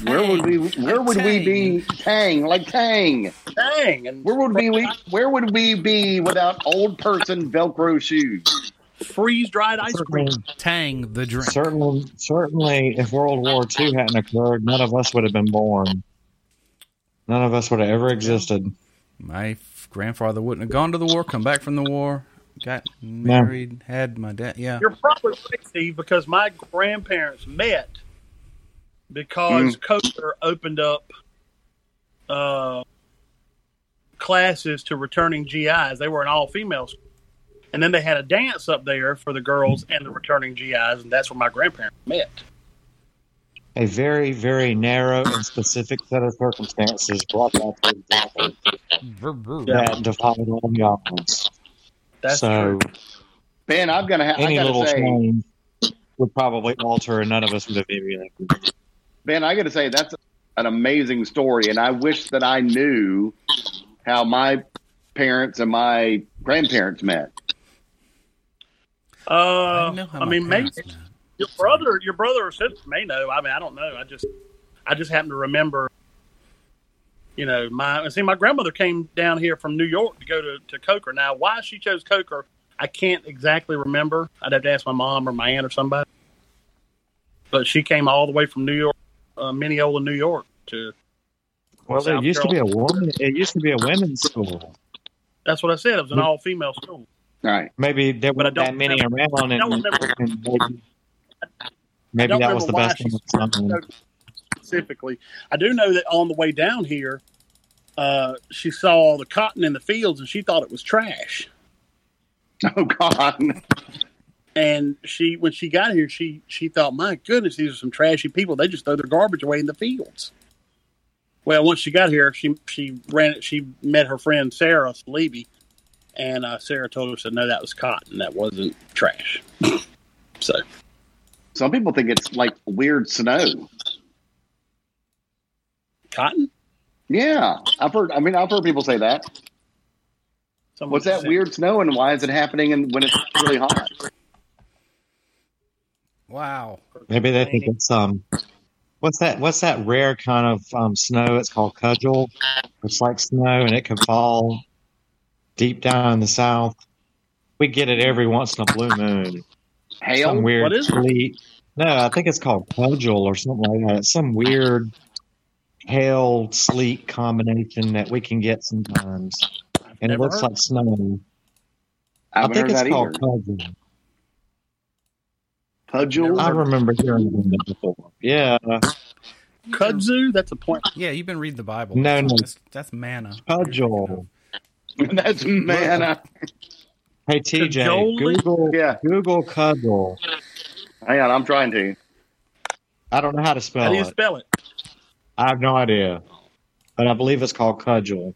[SPEAKER 1] Where would we? Where
[SPEAKER 3] Like
[SPEAKER 1] would we
[SPEAKER 3] Tang.
[SPEAKER 1] be? Tang, like Tang.
[SPEAKER 2] Dang, and
[SPEAKER 1] Where would we? we- Where would we be without old person Velcro shoes?
[SPEAKER 2] freeze dried ice cream.
[SPEAKER 4] Certainly,
[SPEAKER 3] Tang the drink.
[SPEAKER 4] certainly, certainly, if World War II hadn't occurred, none of us would have been born. None of us would have ever existed.
[SPEAKER 3] My f- grandfather wouldn't have gone to the war, come back from the war. got married, had my dad. Yeah,
[SPEAKER 2] You're probably right, Steve, because my grandparents met because Coaster opened up uh, classes to returning GIs. They were an all female school. And then they had a dance up there for the girls and the returning GIs, and that's where my grandparents met.
[SPEAKER 4] A very, very narrow and specific set of circumstances brought that to example
[SPEAKER 3] Brr, brr.
[SPEAKER 4] that defied all the odds.
[SPEAKER 2] That's
[SPEAKER 4] So
[SPEAKER 2] true.
[SPEAKER 1] Ben, I'm gonna have. I
[SPEAKER 4] any
[SPEAKER 1] gotta
[SPEAKER 4] little
[SPEAKER 1] say,
[SPEAKER 4] change would probably alter, and none of us would have even.
[SPEAKER 1] Ben, I got to say that's an amazing story, and I wish that I knew how my parents and my grandparents met.
[SPEAKER 2] Uh,
[SPEAKER 3] don't know how
[SPEAKER 2] I
[SPEAKER 3] my
[SPEAKER 2] mean, maybe
[SPEAKER 3] parents met.
[SPEAKER 2] your brother, your brother or sister may know. I mean, I don't know. I just, I just happen to remember. You know, my and see, my grandmother came down here from New York to go to to Coker. Now, why she chose Coker, I can't exactly remember. I'd have to ask my mom or my aunt or somebody. But she came all the way from New York, uh, Mineola, New York, to.
[SPEAKER 4] Well,
[SPEAKER 2] South
[SPEAKER 4] it used to be a woman. It used to be a women's school.
[SPEAKER 2] That's what I said. It was an all female school.
[SPEAKER 1] All right,
[SPEAKER 4] Maybe there
[SPEAKER 2] But I
[SPEAKER 4] weren't that
[SPEAKER 2] don't
[SPEAKER 4] many around,
[SPEAKER 2] I don't
[SPEAKER 4] and,
[SPEAKER 2] remember-
[SPEAKER 4] and maybe, maybe
[SPEAKER 2] don't
[SPEAKER 4] that
[SPEAKER 2] remember
[SPEAKER 4] was the
[SPEAKER 2] why
[SPEAKER 4] best
[SPEAKER 2] she
[SPEAKER 4] one.
[SPEAKER 2] specifically. I do know that on the way down here, uh, she saw the cotton in the fields and she thought it was trash.
[SPEAKER 1] oh God,
[SPEAKER 2] And she, when she got here, she she thought, "My goodness, these are some trashy people. They just throw their garbage away in the fields." Well, once she got here, she she ran. She met her friend Sarah Levy, and uh, Sarah told her, "said No, that was cotton. That wasn't trash." so
[SPEAKER 1] some people think it's like weird snow.
[SPEAKER 2] cotton.
[SPEAKER 1] Yeah, I've heard. I mean, I've heard people say that.
[SPEAKER 2] Someone
[SPEAKER 1] What's that
[SPEAKER 2] said-
[SPEAKER 1] weird snow, and why is it happening? And when it's really hot,
[SPEAKER 3] Wow.
[SPEAKER 4] Maybe they think it's um, what's that? What's that rare kind of um, snow? It's called cudgel. It's like snow, and it can fall deep down in the south. We get it every once in a blue moon. Some
[SPEAKER 1] hail.
[SPEAKER 4] weird
[SPEAKER 2] What is it?
[SPEAKER 4] sleet. No, I think it's called cudgel or something like that. It's some weird hail sleet combination that we can get sometimes,
[SPEAKER 2] I've
[SPEAKER 4] and it
[SPEAKER 2] never
[SPEAKER 4] looks
[SPEAKER 2] heard
[SPEAKER 4] like snow.
[SPEAKER 1] I
[SPEAKER 4] I
[SPEAKER 1] haven't
[SPEAKER 4] think
[SPEAKER 1] heard
[SPEAKER 4] it's
[SPEAKER 1] that either.
[SPEAKER 4] called cudgel.
[SPEAKER 1] Pudgel.
[SPEAKER 4] I remember hearing that before. Yeah,
[SPEAKER 2] of it. kudzu. That's a plant.
[SPEAKER 4] Oh,
[SPEAKER 3] Yeah, you've been reading the Bible.
[SPEAKER 4] No, no.
[SPEAKER 3] That's, that's manna.
[SPEAKER 4] cudgel.
[SPEAKER 1] That's man.
[SPEAKER 4] Hey TJ,
[SPEAKER 2] Cajoling?
[SPEAKER 4] Google
[SPEAKER 1] Yeah.
[SPEAKER 4] Google cuddle.
[SPEAKER 1] Hang on, I'm trying to.
[SPEAKER 4] I don't know how to
[SPEAKER 2] How
[SPEAKER 4] spell
[SPEAKER 2] do you
[SPEAKER 4] it.
[SPEAKER 2] spell it?
[SPEAKER 4] I have no idea, but I believe it's called cudgel.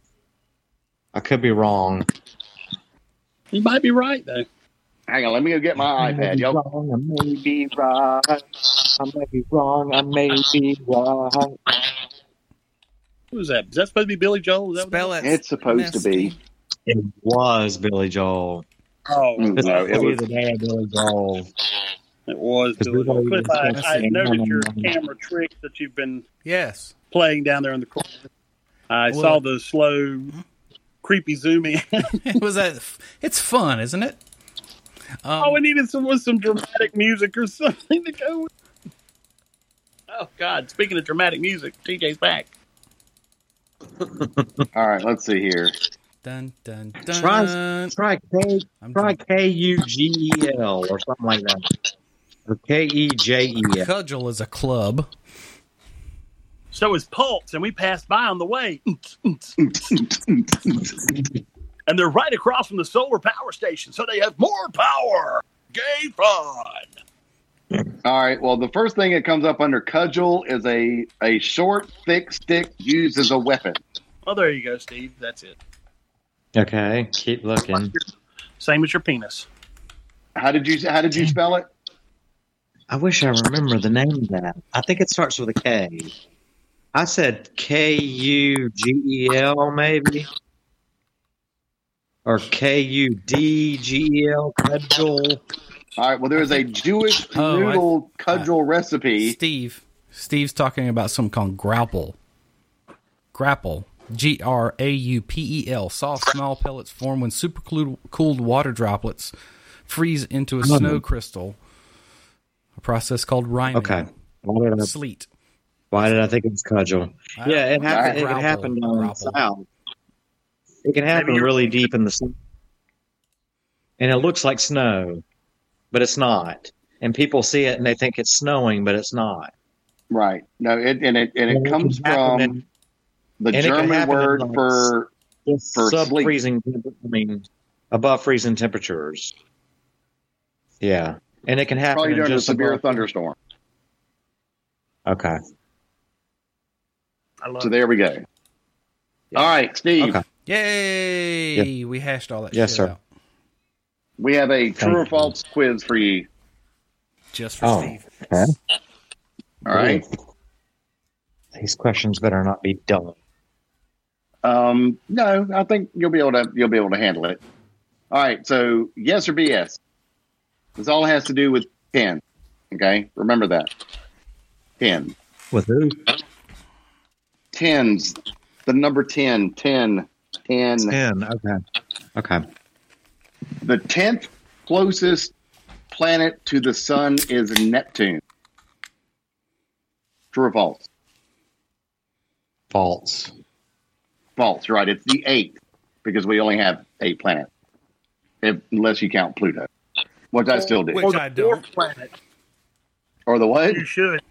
[SPEAKER 4] I could be wrong.
[SPEAKER 2] You might be right though.
[SPEAKER 1] Hang on, let me go get my
[SPEAKER 4] I may
[SPEAKER 1] iPad.
[SPEAKER 4] be
[SPEAKER 1] Y'all,
[SPEAKER 4] wrong. I may be right. I may be wrong. I may be right.
[SPEAKER 2] Who is that? Is that supposed to be Billy Joel? Is that what
[SPEAKER 3] Spell it.
[SPEAKER 1] it's supposed to be.
[SPEAKER 4] It was Billy Joel.
[SPEAKER 2] Oh,
[SPEAKER 4] This
[SPEAKER 1] No,
[SPEAKER 4] no,
[SPEAKER 1] it was
[SPEAKER 4] the day of Billy Joel.
[SPEAKER 2] it was
[SPEAKER 4] Because
[SPEAKER 2] Billy
[SPEAKER 4] we've
[SPEAKER 2] Joel.
[SPEAKER 4] already
[SPEAKER 2] Cliff, I,
[SPEAKER 4] discussed
[SPEAKER 2] I
[SPEAKER 4] it.
[SPEAKER 2] noticed your camera trick that you've been
[SPEAKER 3] Yes.
[SPEAKER 2] playing down there in the corner. I
[SPEAKER 3] Well-
[SPEAKER 2] saw the slow, creepy zoom in.
[SPEAKER 3] It was that. It's fun, isn't it? Um,
[SPEAKER 2] All we needed Oh, some, was some dramatic music or something to go with. Oh, God. Speaking of dramatic music, TJ's back.
[SPEAKER 1] All right, let's see here.
[SPEAKER 3] dun dun
[SPEAKER 4] Try-
[SPEAKER 3] dun.
[SPEAKER 4] Try K.
[SPEAKER 3] I'm
[SPEAKER 4] Try K U G E L or something like that. Or K E J E L.
[SPEAKER 3] Cudgel is a club.
[SPEAKER 2] So is Pulse, and we passed by on the way. and they're right across from the solar power station, so they have more power. Gay fun.
[SPEAKER 1] All right. Well, the first thing that comes up under cudgel is a a short, thick stick used as a weapon.
[SPEAKER 2] Well, there you go, Steve. That's it.
[SPEAKER 4] Okay, keep looking.
[SPEAKER 2] Same as your penis.
[SPEAKER 1] How did you How did you spell it?
[SPEAKER 4] I wish I remember the name of that. I think it starts with a K. I said K U G E L maybe, or K U D G E L cudgel.
[SPEAKER 1] All right. Well, there is a Jewish
[SPEAKER 3] Oh, I-
[SPEAKER 1] noodle cudgel recipe.
[SPEAKER 3] Steve. Steve's talking about something called grapple. Grapple. G R A U P E L. Soft, small pellets form when supercooled cooled water droplets freeze into a snow crystal. A process called rhyming.
[SPEAKER 4] Okay, why did I,
[SPEAKER 3] Sleet.
[SPEAKER 4] why did I think it was cudgel?
[SPEAKER 3] I
[SPEAKER 4] Yeah, it
[SPEAKER 3] don't-
[SPEAKER 4] happened. uh, It
[SPEAKER 3] Grapple.
[SPEAKER 4] could happen down
[SPEAKER 3] Grapple.
[SPEAKER 4] south. It can happen
[SPEAKER 2] Maybe you're-
[SPEAKER 4] really deep in the south. and it looks like snow, but it's not. And people see it and they think it's snowing, but it's not.
[SPEAKER 1] Right. No, it, and it and
[SPEAKER 4] And
[SPEAKER 1] it
[SPEAKER 4] it
[SPEAKER 1] comes
[SPEAKER 4] can happen
[SPEAKER 1] from
[SPEAKER 4] in-
[SPEAKER 1] the
[SPEAKER 4] and it can
[SPEAKER 1] German
[SPEAKER 4] happen in
[SPEAKER 1] word
[SPEAKER 4] like
[SPEAKER 1] for
[SPEAKER 4] It's
[SPEAKER 1] For
[SPEAKER 4] sub
[SPEAKER 1] sleep.
[SPEAKER 4] freezing, I mean, above freezing temperatures. Yeah, and it can happen.
[SPEAKER 1] probably
[SPEAKER 4] in
[SPEAKER 1] during a
[SPEAKER 4] just
[SPEAKER 1] severe
[SPEAKER 4] above-
[SPEAKER 1] thunderstorm.
[SPEAKER 4] Okay.
[SPEAKER 2] I love
[SPEAKER 1] So there we go.
[SPEAKER 4] Yeah.
[SPEAKER 1] All right, Steve.
[SPEAKER 4] Okay.
[SPEAKER 3] Yay! We hashed all that
[SPEAKER 4] Yes,
[SPEAKER 3] shit
[SPEAKER 4] sir.
[SPEAKER 3] out
[SPEAKER 1] We have a true
[SPEAKER 4] Thank
[SPEAKER 1] or
[SPEAKER 4] you.
[SPEAKER 1] false quiz for you.
[SPEAKER 3] just for
[SPEAKER 4] Oh.
[SPEAKER 3] Steve.
[SPEAKER 4] okay.
[SPEAKER 1] All right.
[SPEAKER 4] These questions better not be dumb.
[SPEAKER 1] Um, no, I think you'll be able to you'll be able to handle it. All right. So yes or BS. This all has to do with ten. Okay, remember that. Ten.
[SPEAKER 4] With who?
[SPEAKER 1] Tens. The number 10, 10, 10.
[SPEAKER 4] Ten. Okay. Okay.
[SPEAKER 1] The tenth closest planet to the sun is Neptune. True or false?
[SPEAKER 4] False.
[SPEAKER 1] False, right? It's the eighth because we only have eight planets, if, unless you count Pluto, which I still do.
[SPEAKER 3] Which I don't.
[SPEAKER 2] dwarf planet.
[SPEAKER 1] Or the what?
[SPEAKER 2] You should.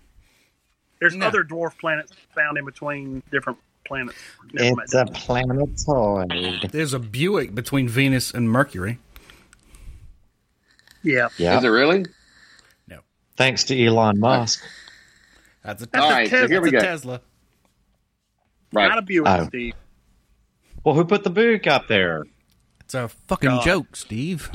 [SPEAKER 2] There's
[SPEAKER 3] No.
[SPEAKER 2] other dwarf planets found in between different planets. Never mind.
[SPEAKER 4] It's uh, a planetoid.
[SPEAKER 3] There's a Buick between Venus and Mercury.
[SPEAKER 2] yeah.
[SPEAKER 1] Is it
[SPEAKER 4] Yeah.
[SPEAKER 1] really?
[SPEAKER 4] Thanks to Elon Musk.
[SPEAKER 3] That's a,
[SPEAKER 1] All
[SPEAKER 4] Oh,
[SPEAKER 1] right, so here
[SPEAKER 3] that's
[SPEAKER 1] we
[SPEAKER 3] a
[SPEAKER 1] go.
[SPEAKER 3] Tesla.
[SPEAKER 2] Not
[SPEAKER 1] Right.
[SPEAKER 2] a Buick,
[SPEAKER 4] Oh.
[SPEAKER 2] Steve.
[SPEAKER 4] Well, who put the book up there?
[SPEAKER 3] It's a fucking
[SPEAKER 2] God.
[SPEAKER 3] joke, Steve.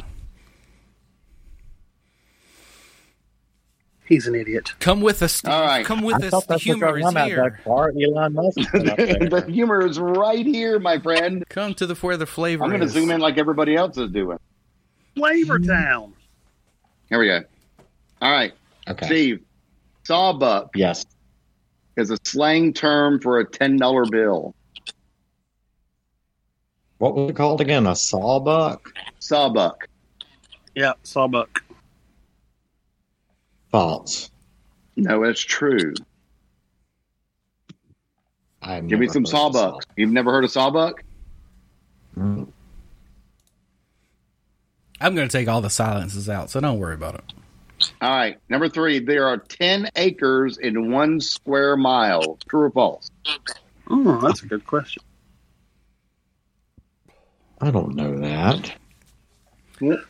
[SPEAKER 2] He's an idiot.
[SPEAKER 3] Come with us, Steve.
[SPEAKER 1] All right.
[SPEAKER 3] Come with
[SPEAKER 4] I
[SPEAKER 3] us.
[SPEAKER 4] thought
[SPEAKER 3] The
[SPEAKER 4] that's what
[SPEAKER 3] humor
[SPEAKER 4] going
[SPEAKER 3] is
[SPEAKER 4] on out
[SPEAKER 3] here.
[SPEAKER 4] that far. Elon Musk. put up there.
[SPEAKER 1] the humor is right here, my friend.
[SPEAKER 3] Come to the where the flavor
[SPEAKER 1] I'm going to
[SPEAKER 3] is.
[SPEAKER 1] zoom in like everybody else is doing.
[SPEAKER 2] Flavor
[SPEAKER 4] Mm.
[SPEAKER 2] Town.
[SPEAKER 1] Here we go. All right,
[SPEAKER 4] okay.
[SPEAKER 1] Steve. Sawbuck
[SPEAKER 4] Yes.
[SPEAKER 1] is a slang term for a ten dollar bill.
[SPEAKER 4] What was it called again? A sawbuck?
[SPEAKER 1] Sawbuck.
[SPEAKER 2] Yeah, Sawbuck.
[SPEAKER 4] False.
[SPEAKER 1] No, it's true.
[SPEAKER 4] I
[SPEAKER 1] Give me some sawbucks. You've never heard of sawbuck?
[SPEAKER 4] Mm.
[SPEAKER 3] I'm going to take all the silences out, so don't worry about it.
[SPEAKER 1] All right. Number three, there are 10 acres in one square mile. True or false?
[SPEAKER 2] Oh, that's a good question.
[SPEAKER 4] I don't know that.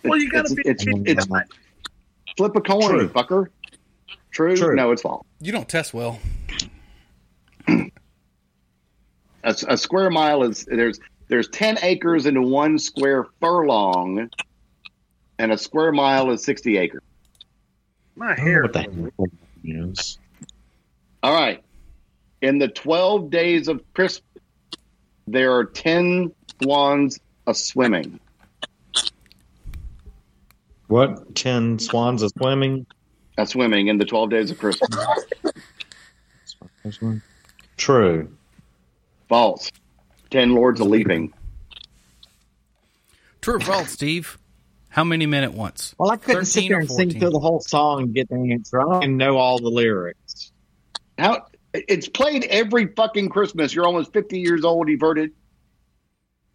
[SPEAKER 2] Well, you gotta
[SPEAKER 1] It's-
[SPEAKER 2] be-
[SPEAKER 1] it's- it's-
[SPEAKER 4] Mm.
[SPEAKER 1] flip a coin,
[SPEAKER 4] True.
[SPEAKER 1] fucker. True?
[SPEAKER 4] True.
[SPEAKER 1] No, it's false.
[SPEAKER 3] You don't test well.
[SPEAKER 1] A, s- a square mile is there's there's 10 acres into one square furlong, and a square mile is 60 acres.
[SPEAKER 2] My
[SPEAKER 4] I don't know
[SPEAKER 2] hair.
[SPEAKER 4] what the hell that is.
[SPEAKER 1] All right. In the 12 days of Christmas, there are 10 swans a swimming.
[SPEAKER 4] What? Ten swans are swimming?
[SPEAKER 1] A swimming in the 12 days of Christmas.
[SPEAKER 4] True.
[SPEAKER 1] false. 10 lords a leaping.
[SPEAKER 3] True or false, Steve? How many men at once?
[SPEAKER 4] Well, I couldn't sit
[SPEAKER 3] 13
[SPEAKER 4] there
[SPEAKER 3] or
[SPEAKER 4] and sing
[SPEAKER 3] 14.
[SPEAKER 4] through the whole song and get the answer. I don't even know all the lyrics.
[SPEAKER 1] How it's played every fucking Christmas. You're almost fifty years old. You've heard it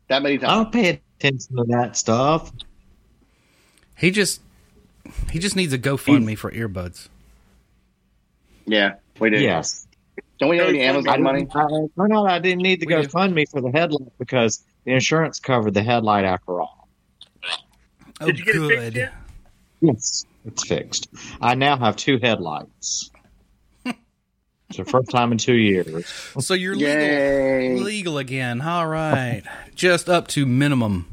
[SPEAKER 1] that many
[SPEAKER 4] I
[SPEAKER 1] times.
[SPEAKER 4] don't pay attention to that stuff.
[SPEAKER 3] He just he just needs a GoFundMe for earbuds.
[SPEAKER 1] Yeah, we do.
[SPEAKER 4] Yes.
[SPEAKER 1] Don't we have any
[SPEAKER 4] I
[SPEAKER 1] Amazon
[SPEAKER 4] didn't-
[SPEAKER 1] money?
[SPEAKER 4] I, I, no, I didn't need to
[SPEAKER 3] We
[SPEAKER 4] go
[SPEAKER 3] do.
[SPEAKER 4] fund me for the headlight because the insurance covered the headlight after all.
[SPEAKER 3] Oh,
[SPEAKER 2] Did you get it fixed
[SPEAKER 3] good.
[SPEAKER 2] yet?
[SPEAKER 4] Yes. It's fixed. I now have two headlights. it's the first time in two years.
[SPEAKER 3] so you're legal,
[SPEAKER 1] Yay!
[SPEAKER 3] legal again. All right, just up to minimum.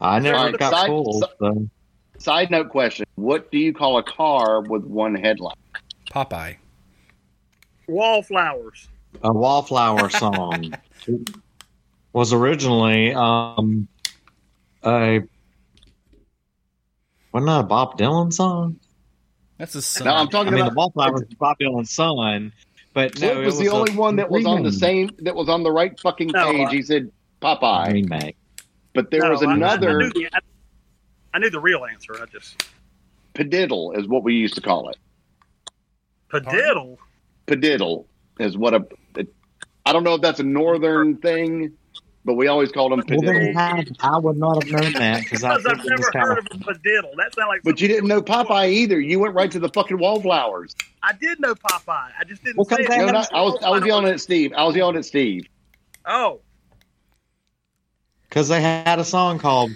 [SPEAKER 4] I never
[SPEAKER 1] Alright,
[SPEAKER 4] got
[SPEAKER 1] side-
[SPEAKER 4] pulled.
[SPEAKER 1] side-
[SPEAKER 4] so-
[SPEAKER 1] Side note question: What do you call a car with one headlight?
[SPEAKER 3] Popeye.
[SPEAKER 2] Wallflowers.
[SPEAKER 4] a wallflower song It was originally um a wasn't that a Bob Dylan song?
[SPEAKER 3] That's his son.
[SPEAKER 1] No, I'm
[SPEAKER 4] I
[SPEAKER 1] talking
[SPEAKER 4] mean, the
[SPEAKER 1] about.
[SPEAKER 4] wallflower was Bob Dylan's son, but no,
[SPEAKER 1] What was, the only one that was on the same that was on the right fucking
[SPEAKER 2] No,
[SPEAKER 1] page?
[SPEAKER 2] I-
[SPEAKER 1] He said Popeye,
[SPEAKER 4] remake.
[SPEAKER 1] but there
[SPEAKER 2] No,
[SPEAKER 1] was
[SPEAKER 2] I- I- I,
[SPEAKER 1] another
[SPEAKER 2] knew, the, I, I knew the real answer. I just
[SPEAKER 1] pediddle, is what we used to call it.
[SPEAKER 2] pediddle.
[SPEAKER 1] Pediddle is what a. I don't know if that's a northern thing but we always called them
[SPEAKER 4] Well, they
[SPEAKER 1] pediddles.
[SPEAKER 4] have, I would not have known that because I've
[SPEAKER 5] Because I've never heard of a padiddle. That sounds like.
[SPEAKER 1] But you didn't know Popeye either. You went right to the fucking wallflowers.
[SPEAKER 5] I did know Popeye. I just didn't
[SPEAKER 4] Well,
[SPEAKER 5] say
[SPEAKER 4] come
[SPEAKER 5] it.
[SPEAKER 4] back.
[SPEAKER 1] No, not, I was I was yelling at Steve. I was yelling at Steve.
[SPEAKER 5] Oh,
[SPEAKER 4] because they had a song called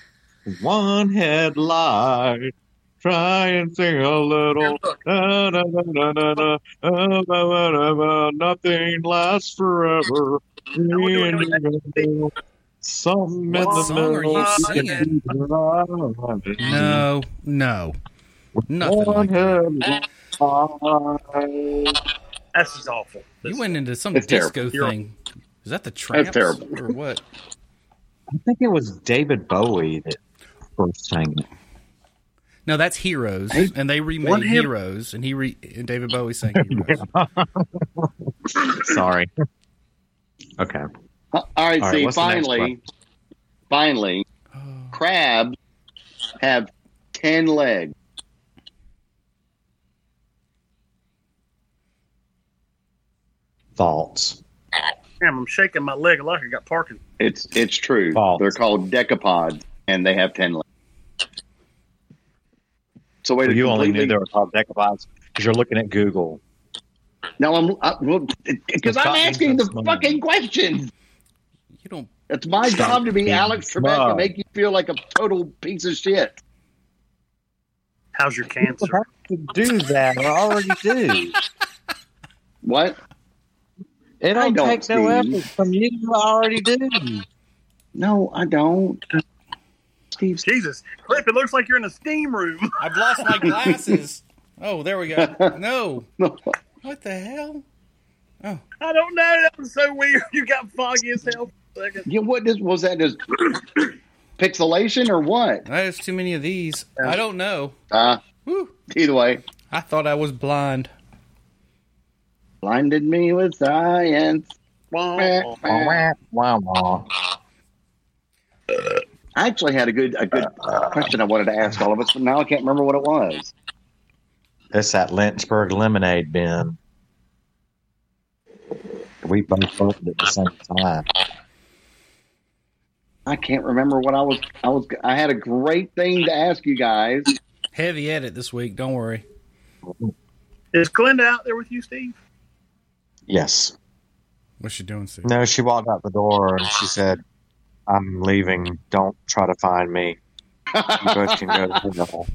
[SPEAKER 4] "One Headlight." Try and sing a little.
[SPEAKER 5] look.
[SPEAKER 4] Na, na, na, na, na, na, na, na, na, na, na, Nothing lasts forever.
[SPEAKER 5] doing
[SPEAKER 4] Something in
[SPEAKER 5] What
[SPEAKER 4] the
[SPEAKER 3] song are
[SPEAKER 4] middle
[SPEAKER 5] you
[SPEAKER 4] of the
[SPEAKER 5] singing?
[SPEAKER 4] night.
[SPEAKER 3] No, no, nothing. Like that.
[SPEAKER 5] this is awful.
[SPEAKER 3] You went into some
[SPEAKER 1] It's terrible.
[SPEAKER 3] disco
[SPEAKER 5] You're-
[SPEAKER 3] thing. Is that the tramps?
[SPEAKER 1] terrible.
[SPEAKER 3] Or what?
[SPEAKER 4] I think it was David Bowie that first sang it.
[SPEAKER 3] No, that's Heroes, and they remade
[SPEAKER 2] One hit-
[SPEAKER 3] Heroes, and he re- and David Bowie sang Heroes.
[SPEAKER 4] Sorry. Okay.
[SPEAKER 1] Uh, All right,
[SPEAKER 4] All right,
[SPEAKER 1] Steve.
[SPEAKER 4] what's the next
[SPEAKER 1] finally,
[SPEAKER 4] one?
[SPEAKER 1] finally,
[SPEAKER 3] Oh.
[SPEAKER 1] crabs have ten legs.
[SPEAKER 4] False.
[SPEAKER 5] Damn, I'm shaking my leg like I got parking.
[SPEAKER 1] It's it's true.
[SPEAKER 4] False.
[SPEAKER 1] They're called decapods, and they have ten legs. So wait,
[SPEAKER 4] Well, you only knew
[SPEAKER 1] completely-
[SPEAKER 4] there were called decapods because you're looking at Google.
[SPEAKER 1] No, I'm I, well because
[SPEAKER 4] Stop
[SPEAKER 1] I'm
[SPEAKER 4] being
[SPEAKER 1] asking the
[SPEAKER 4] so smug.
[SPEAKER 1] fucking questions.
[SPEAKER 3] You don't.
[SPEAKER 1] It's my
[SPEAKER 4] Stop
[SPEAKER 1] job to be
[SPEAKER 4] being
[SPEAKER 1] Alex Trebek
[SPEAKER 4] smug.
[SPEAKER 1] and make you feel like a total piece of shit.
[SPEAKER 5] How's your
[SPEAKER 4] Well,
[SPEAKER 5] cancer?
[SPEAKER 4] to do that. I already do.
[SPEAKER 1] What?
[SPEAKER 4] It
[SPEAKER 1] I
[SPEAKER 4] don't
[SPEAKER 1] don't,
[SPEAKER 4] take no
[SPEAKER 1] Steve.
[SPEAKER 4] effort from you. I already do.
[SPEAKER 1] No, I don't. Steve,
[SPEAKER 5] Jesus, Cliff, it looks like you're in a steam room.
[SPEAKER 3] I've lost my glasses. oh, there we go. No,
[SPEAKER 1] no,
[SPEAKER 3] what the hell?
[SPEAKER 5] I don't know. That was so weird. You got foggy as hell. for a second.
[SPEAKER 1] you what is, was that? Just pixelation or what?
[SPEAKER 3] There's too many of these. I don't know.
[SPEAKER 1] Uh,
[SPEAKER 3] Woo.
[SPEAKER 1] either way,
[SPEAKER 3] I thought I was blind.
[SPEAKER 1] blinded me with science. Eh.
[SPEAKER 5] Wah, wah.
[SPEAKER 4] oh, Wah, wah.
[SPEAKER 1] I actually had a good a good
[SPEAKER 4] Uh,
[SPEAKER 1] question I wanted to ask all of us, but now I can't remember what it was.
[SPEAKER 4] It's that Lynchburg lemonade bin. We both opened at the same time.
[SPEAKER 1] I can't remember what I was. I was. I had a great thing to ask you guys.
[SPEAKER 3] Heavy edit this week. Don't worry.
[SPEAKER 5] Is Glenda out there with you, Steve?
[SPEAKER 4] Yes.
[SPEAKER 3] What's she doing, Steve?
[SPEAKER 4] No, she walked out the door and she said, I'm leaving. Don't try to find me. You both can go to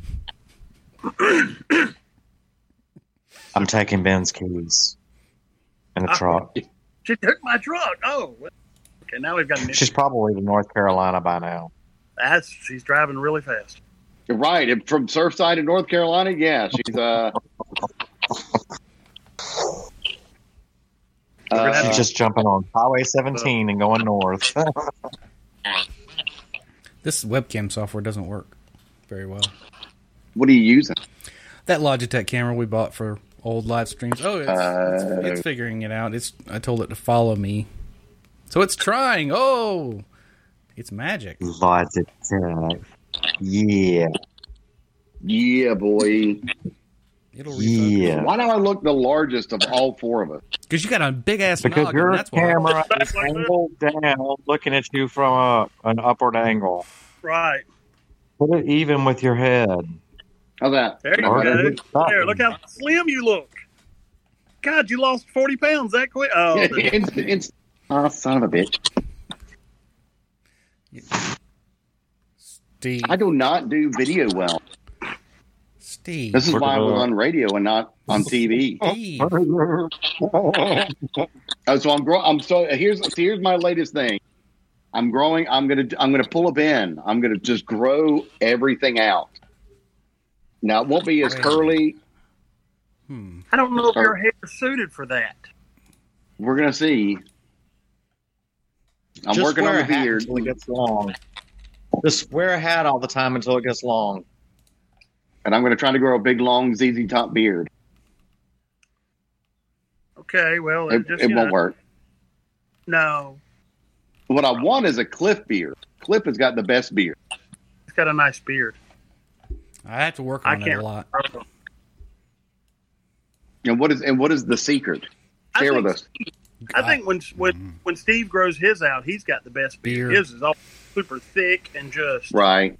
[SPEAKER 4] hell. I'm taking Ben's keys in a truck.
[SPEAKER 5] She took my truck. Oh, well. okay. Now we've got an issue.
[SPEAKER 4] She's probably in North Carolina by now.
[SPEAKER 5] That's she's driving really fast.
[SPEAKER 1] Right, and from Surfside in North Carolina. Yeah, she's uh.
[SPEAKER 5] Uh,
[SPEAKER 4] She's just jumping on Highway 17 and going north.
[SPEAKER 3] This webcam software doesn't work very well.
[SPEAKER 1] what are you using?
[SPEAKER 3] That Logitech camera we bought for old live streams. Oh, it's,
[SPEAKER 1] Uh,
[SPEAKER 3] it's, it's figuring it out. It's I told it to follow me, so it's trying. Oh, it's magic.
[SPEAKER 4] Lots of tech. Yeah.
[SPEAKER 1] Yeah, boy.
[SPEAKER 3] It'll refocus.
[SPEAKER 4] Yeah.
[SPEAKER 1] Why do I look the largest of all four of us?
[SPEAKER 3] Because you got a big ass
[SPEAKER 4] Because
[SPEAKER 3] noggin.
[SPEAKER 4] your
[SPEAKER 3] That's why.
[SPEAKER 4] camera is
[SPEAKER 5] Back like that.
[SPEAKER 4] angled down, looking at you from up, an upward angle.
[SPEAKER 5] Right.
[SPEAKER 4] Put it even with your head.
[SPEAKER 1] How's that?
[SPEAKER 5] There you
[SPEAKER 4] All right.
[SPEAKER 5] go. There, look how slim you look. God, you lost 40 pounds that quick. Oh, the-
[SPEAKER 1] it's, it's, oh, son of a bitch.
[SPEAKER 3] Steve.
[SPEAKER 1] I do not do video well.
[SPEAKER 3] Steve.
[SPEAKER 1] This is why I was on radio and not on TV.
[SPEAKER 3] Steve.
[SPEAKER 1] Oh, so I'm growing. I'm so here's so here's my latest thing. I'm growing. I'm gonna I'm gonna pull a bin. I'm gonna just grow everything out. Now it won't be as curly.
[SPEAKER 3] Hmm.
[SPEAKER 5] I don't know if your hair's suited for that.
[SPEAKER 1] We're gonna see. I'm
[SPEAKER 4] Just
[SPEAKER 1] working on
[SPEAKER 4] wear
[SPEAKER 1] the
[SPEAKER 4] a hat
[SPEAKER 1] beard.
[SPEAKER 4] until it gets long. Just wear a hat all the time until it gets long.
[SPEAKER 1] and I'm going to try to grow a big, long ZZ Top beard.
[SPEAKER 5] Okay, well,
[SPEAKER 1] It,
[SPEAKER 5] just,
[SPEAKER 1] it
[SPEAKER 5] you
[SPEAKER 1] won't
[SPEAKER 5] know,
[SPEAKER 1] work.
[SPEAKER 5] No,
[SPEAKER 1] What I want is a Cliff beard. Cliff has got the best beard.
[SPEAKER 5] he's got a nice beard.
[SPEAKER 3] I have to work
[SPEAKER 5] I
[SPEAKER 3] on it a
[SPEAKER 5] can't-
[SPEAKER 3] lot.
[SPEAKER 1] And what is and what is the secret?
[SPEAKER 5] I
[SPEAKER 1] Share
[SPEAKER 5] think
[SPEAKER 1] with us.
[SPEAKER 2] I think when when when Steve grows his out, he's got the best beer.
[SPEAKER 3] Beer.
[SPEAKER 2] His is all super thick and just
[SPEAKER 1] Right.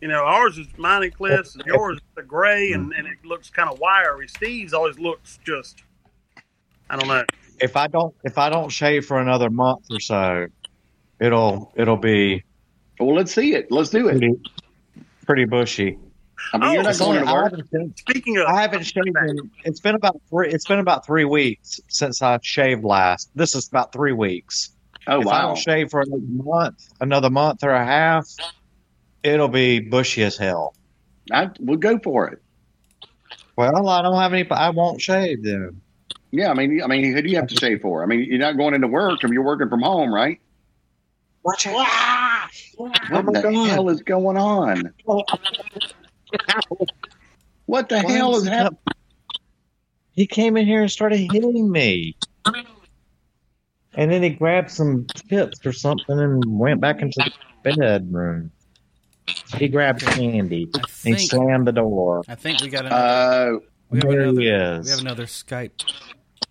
[SPEAKER 2] you know ours is mine and Cliff's, and yours is the gray and, and it looks kind of wiry. Steve's always looks just I don't know.
[SPEAKER 4] If I don't if I don't shave for another month or so, it'll it'll be
[SPEAKER 1] Well, let's see it. Let's do it.
[SPEAKER 4] pretty, pretty bushy.
[SPEAKER 1] I mean,
[SPEAKER 2] Oh,
[SPEAKER 1] you're not going to
[SPEAKER 4] I
[SPEAKER 1] work.
[SPEAKER 4] haven't shaved-
[SPEAKER 2] Speaking of,
[SPEAKER 4] I haven't shaved. in- It's been about three. It's been about three weeks since I shaved last. This is about three weeks.
[SPEAKER 1] Oh,
[SPEAKER 4] if I
[SPEAKER 1] wow.
[SPEAKER 4] don't shave for another month, another month or a half, it'll be bushy as hell.
[SPEAKER 1] I, we'll go for it.
[SPEAKER 4] Well, I don't have any. I won't shave then.
[SPEAKER 1] Yeah, I mean, I mean, who do you have to shave for? I mean, you're not going into work, and you're working from home, right?
[SPEAKER 4] Watch it.
[SPEAKER 1] What
[SPEAKER 4] Oh my
[SPEAKER 1] the
[SPEAKER 4] God.
[SPEAKER 1] hell is going on? What the
[SPEAKER 4] Why
[SPEAKER 1] hell
[SPEAKER 4] is
[SPEAKER 1] is
[SPEAKER 4] it
[SPEAKER 1] happening?
[SPEAKER 4] He came in here and started hitting me. And then he grabbed some chips or something and went back into the bedroom. He grabbed candy.
[SPEAKER 3] I
[SPEAKER 4] He
[SPEAKER 3] think,
[SPEAKER 4] slammed the door.
[SPEAKER 3] I think we got another,
[SPEAKER 1] Uh,
[SPEAKER 3] we have
[SPEAKER 4] There
[SPEAKER 3] another
[SPEAKER 4] he
[SPEAKER 3] we have
[SPEAKER 4] is.
[SPEAKER 3] another Skype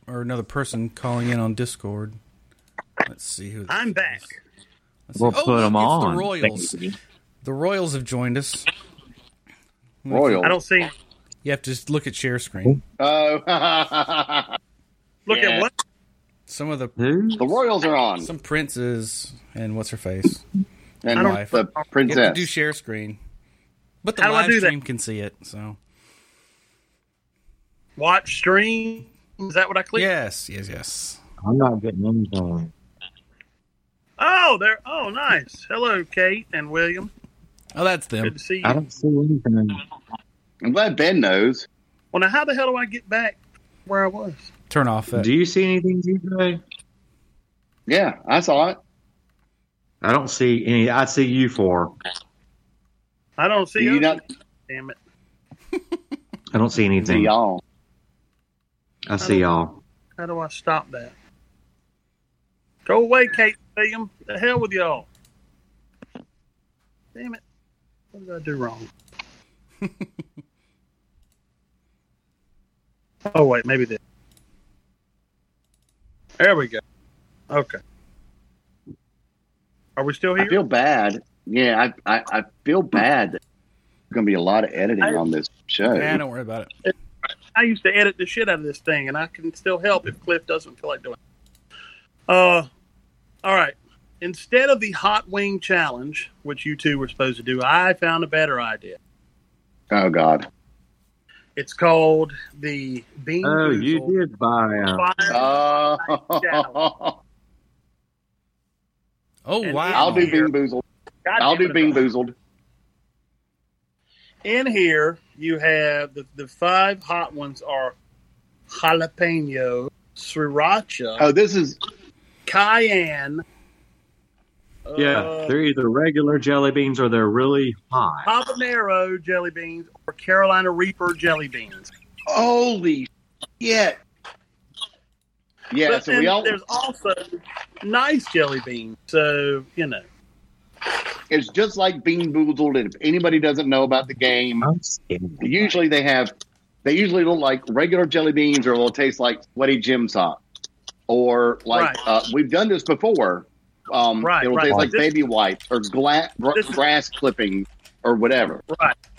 [SPEAKER 3] or another person calling in on Discord. Let's see who. this
[SPEAKER 2] I'm
[SPEAKER 3] is.
[SPEAKER 2] back.
[SPEAKER 3] Let's see.
[SPEAKER 6] We'll
[SPEAKER 3] Oh,
[SPEAKER 6] put
[SPEAKER 3] look,
[SPEAKER 6] them
[SPEAKER 3] it's
[SPEAKER 6] on.
[SPEAKER 3] The Royals. The Royals have joined us.
[SPEAKER 1] Royal.
[SPEAKER 2] I don't see.
[SPEAKER 3] You have to just look at share screen.
[SPEAKER 1] Oh,
[SPEAKER 2] Look
[SPEAKER 1] Yeah.
[SPEAKER 2] at what
[SPEAKER 3] Some of the
[SPEAKER 6] Who?
[SPEAKER 1] Uh, the Royals are on,
[SPEAKER 3] some princes and what's her face.
[SPEAKER 1] and
[SPEAKER 2] I don't-
[SPEAKER 3] wife.
[SPEAKER 1] the
[SPEAKER 3] You have to
[SPEAKER 1] princess.
[SPEAKER 3] do share screen, but the
[SPEAKER 2] How do I
[SPEAKER 3] live
[SPEAKER 2] do that?
[SPEAKER 3] stream can see it. So
[SPEAKER 2] watch stream. Is that what I clicked?
[SPEAKER 3] yes, yes, yes.
[SPEAKER 4] I'm not getting anything.
[SPEAKER 2] Oh, there. Oh, nice. Hello, Kate and William.
[SPEAKER 3] Oh, that's them.
[SPEAKER 2] Good to see
[SPEAKER 4] I
[SPEAKER 2] you.
[SPEAKER 4] don't see anything.
[SPEAKER 1] I'm glad Ben knows.
[SPEAKER 2] Well, now how the hell do I get back where I was?
[SPEAKER 3] Turn off that.
[SPEAKER 6] Do you see anything, DJ?
[SPEAKER 1] Yeah, I saw it.
[SPEAKER 6] I don't see any. I see you four.
[SPEAKER 2] I don't see
[SPEAKER 1] Do you
[SPEAKER 2] you.
[SPEAKER 1] not
[SPEAKER 2] Damn it.
[SPEAKER 6] I don't see
[SPEAKER 4] Hmm.
[SPEAKER 1] see
[SPEAKER 6] anything.
[SPEAKER 1] y'all?
[SPEAKER 6] I see y'all.
[SPEAKER 2] How do I stop that? Go away, Kate William. The hell with y'all. Damn it. What did I do wrong? oh wait, maybe this. There we go. Okay. Are we still
[SPEAKER 1] I
[SPEAKER 2] here?
[SPEAKER 1] feel bad. Yeah, I, I, I feel bad. There's going to be a lot of editing
[SPEAKER 2] Hmm. I-
[SPEAKER 1] on this show.
[SPEAKER 3] Nah, don't worry about it.
[SPEAKER 2] I used to edit the shit out of this thing, and I can still help if Cliff doesn't feel like doing it. Uh, all right. Instead of the hot wing challenge, which you two were supposed to do, I found a better idea.
[SPEAKER 1] Oh God.
[SPEAKER 2] It's called the Bean
[SPEAKER 6] Oh, you
[SPEAKER 2] Boozled
[SPEAKER 6] did buy. Uh,
[SPEAKER 2] Fire-
[SPEAKER 1] Oh,
[SPEAKER 3] Oh
[SPEAKER 2] And
[SPEAKER 3] wow!
[SPEAKER 1] I'll do
[SPEAKER 2] Here.
[SPEAKER 1] Bean Boozled.
[SPEAKER 2] God
[SPEAKER 1] I'll
[SPEAKER 2] damn
[SPEAKER 1] do
[SPEAKER 2] it,
[SPEAKER 1] Bean
[SPEAKER 2] I'm-
[SPEAKER 1] Boozled.
[SPEAKER 2] In here, you have the, the five hot ones are jalapeno, sriracha,
[SPEAKER 1] Oh, this is
[SPEAKER 2] cayenne.
[SPEAKER 6] yeah,
[SPEAKER 2] uh,
[SPEAKER 6] they're either regular jelly beans or they're really hot.
[SPEAKER 2] habanero jelly beans or Carolina Reaper jelly beans.
[SPEAKER 1] holy shit. Yeah,
[SPEAKER 2] but
[SPEAKER 1] so
[SPEAKER 2] then
[SPEAKER 1] we all
[SPEAKER 2] there's also nice jelly beans. So you know,
[SPEAKER 1] it's just like Bean Boozled. And if anybody doesn't know about the game,
[SPEAKER 4] I'm scared.
[SPEAKER 1] usually they have they usually look like regular jelly beans or they'll taste like sweaty gym socks. Or like
[SPEAKER 2] Right.
[SPEAKER 1] uh, we've done this before. Um,
[SPEAKER 2] Right,
[SPEAKER 1] it'll
[SPEAKER 2] right.
[SPEAKER 1] taste like
[SPEAKER 2] This-
[SPEAKER 1] baby wipes or gla- gr-
[SPEAKER 2] This is-
[SPEAKER 1] grass clipping or whatever.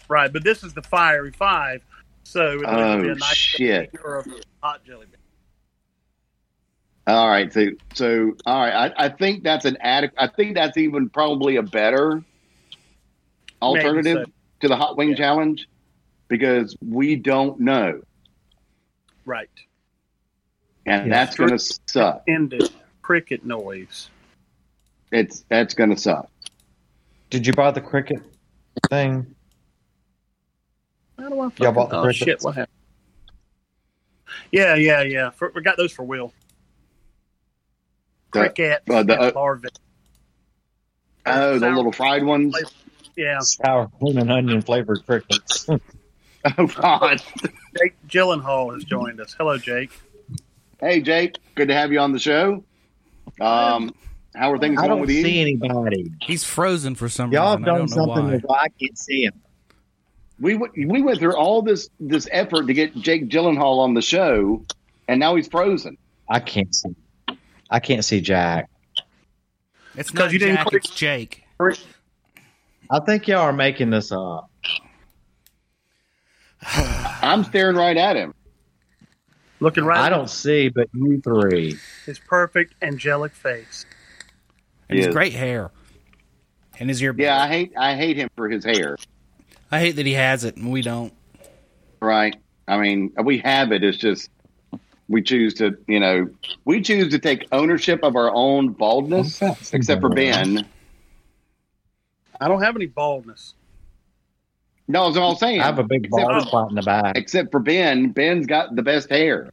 [SPEAKER 2] right? But this is the fiery five, so it'll either be
[SPEAKER 1] Oh,
[SPEAKER 2] a nice
[SPEAKER 1] shit.
[SPEAKER 2] jelly bean or a hot jelly bean.
[SPEAKER 1] All right, so so all right, I, I think that's an adequate. I think that's even probably a better alternative
[SPEAKER 2] so.
[SPEAKER 1] to the hot wing
[SPEAKER 2] Yeah.
[SPEAKER 1] challenge because we don't know,
[SPEAKER 2] Right.
[SPEAKER 1] and
[SPEAKER 4] Yeah.
[SPEAKER 1] that's going to suck.
[SPEAKER 2] End it. Cricket noise.
[SPEAKER 1] It's that's going to suck.
[SPEAKER 4] Did you buy the cricket thing?
[SPEAKER 2] How do I
[SPEAKER 4] Yeah,
[SPEAKER 2] fucking-
[SPEAKER 4] about the
[SPEAKER 2] oh,
[SPEAKER 4] crickets.
[SPEAKER 2] shit, what happened? Yeah, yeah, yeah. For, we got those for Will.
[SPEAKER 1] The-
[SPEAKER 2] Cricket.
[SPEAKER 1] uh, the-
[SPEAKER 2] and larvae.
[SPEAKER 1] Oh, the
[SPEAKER 2] Sour-
[SPEAKER 1] little fried ones.
[SPEAKER 2] Yeah.
[SPEAKER 4] Sour cream and onion flavored crickets.
[SPEAKER 1] Oh God!
[SPEAKER 2] Jake Gyllenhaal has joined us. Hello, Jake.
[SPEAKER 1] Hey Jake, good to have you on the show. Um, how are things
[SPEAKER 4] I
[SPEAKER 1] going
[SPEAKER 4] don't
[SPEAKER 1] with you?
[SPEAKER 4] see anybody.
[SPEAKER 3] He's frozen for some
[SPEAKER 4] Y'all have
[SPEAKER 3] reason. I
[SPEAKER 4] done
[SPEAKER 3] don't know
[SPEAKER 4] something
[SPEAKER 3] why.
[SPEAKER 4] that I can't see him.
[SPEAKER 1] we w- we went through all this this effort to get Jake Gyllenhaal on the show, and now he's frozen.
[SPEAKER 4] I can't see. I can't see Jack.
[SPEAKER 3] It's
[SPEAKER 5] 'Cause
[SPEAKER 3] not
[SPEAKER 5] you didn't
[SPEAKER 3] Jack,
[SPEAKER 5] click-
[SPEAKER 3] it's Jake.
[SPEAKER 4] I think y'all are making this up.
[SPEAKER 1] I'm staring right at him.
[SPEAKER 5] Looking right
[SPEAKER 4] I
[SPEAKER 5] at
[SPEAKER 4] don't see, but you three.
[SPEAKER 5] his perfect angelic face.
[SPEAKER 3] And his
[SPEAKER 1] Yes.
[SPEAKER 3] great hair. And his ear.
[SPEAKER 1] Yeah, I hate I hate him for his hair.
[SPEAKER 3] I hate that he has it and we don't.
[SPEAKER 1] Right. I mean, we have it. It's just we choose to, you know, we choose to take ownership of our own baldness, except for Ben.
[SPEAKER 5] I don't have any baldness.
[SPEAKER 1] No, that's what I'm saying.
[SPEAKER 4] I have a big
[SPEAKER 1] except,
[SPEAKER 4] bald
[SPEAKER 5] for-
[SPEAKER 4] spot in the back.
[SPEAKER 1] except for Ben. Ben's got the best hair.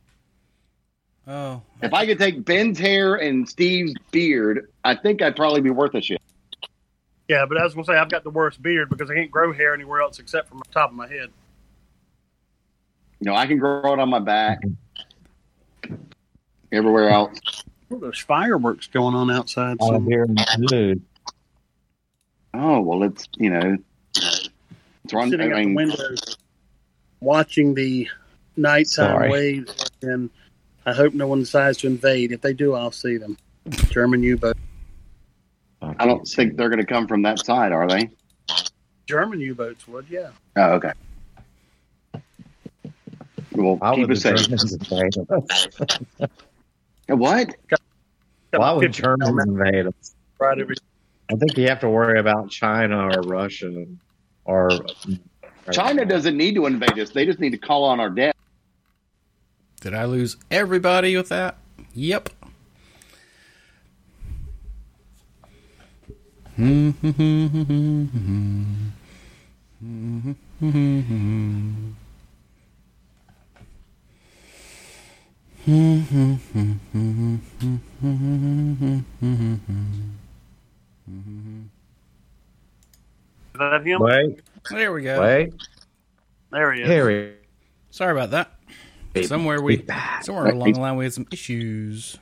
[SPEAKER 3] Oh.
[SPEAKER 1] If I could take Ben's hair and Steve's beard, I think I'd probably be worth a shit.
[SPEAKER 5] Yeah, but I was gonna say I've got the worst beard because I can't grow hair anywhere else except from the top of my head.
[SPEAKER 1] You know, I can grow it on my back. Everywhere else,
[SPEAKER 5] Oh, there's fireworks going on outside.
[SPEAKER 4] All
[SPEAKER 5] So
[SPEAKER 4] here in the food.
[SPEAKER 1] oh well, it's you know, it's run.
[SPEAKER 5] sitting
[SPEAKER 1] I
[SPEAKER 5] at the
[SPEAKER 1] mean,
[SPEAKER 5] window, watching the nighttime
[SPEAKER 4] Sorry.
[SPEAKER 5] waves, and I hope no one decides to invade. If they do, I'll see them. German U-boat.
[SPEAKER 1] I don't think they're going to come from that side, are they?
[SPEAKER 5] German U-boats would, yeah.
[SPEAKER 1] Oh, okay. Well,
[SPEAKER 4] Why
[SPEAKER 1] keep
[SPEAKER 4] would the
[SPEAKER 1] us safe.
[SPEAKER 4] Germans invade us?
[SPEAKER 1] What?
[SPEAKER 4] Why would
[SPEAKER 5] 50 pound
[SPEAKER 4] Germans
[SPEAKER 5] man
[SPEAKER 4] invade us?
[SPEAKER 5] right every-
[SPEAKER 4] I think you have to worry about China or Russia or
[SPEAKER 1] China doesn't need to invade us. They just need to call on our debt.
[SPEAKER 3] Did I lose everybody with that? Yep.
[SPEAKER 1] Hmm.
[SPEAKER 5] Is that him?
[SPEAKER 4] Wait,
[SPEAKER 3] There we go.
[SPEAKER 4] wait,
[SPEAKER 5] There he is.
[SPEAKER 4] Harry.
[SPEAKER 3] Sorry about that. Somewhere we somewhere
[SPEAKER 1] Wait,
[SPEAKER 3] along the line we had some issues.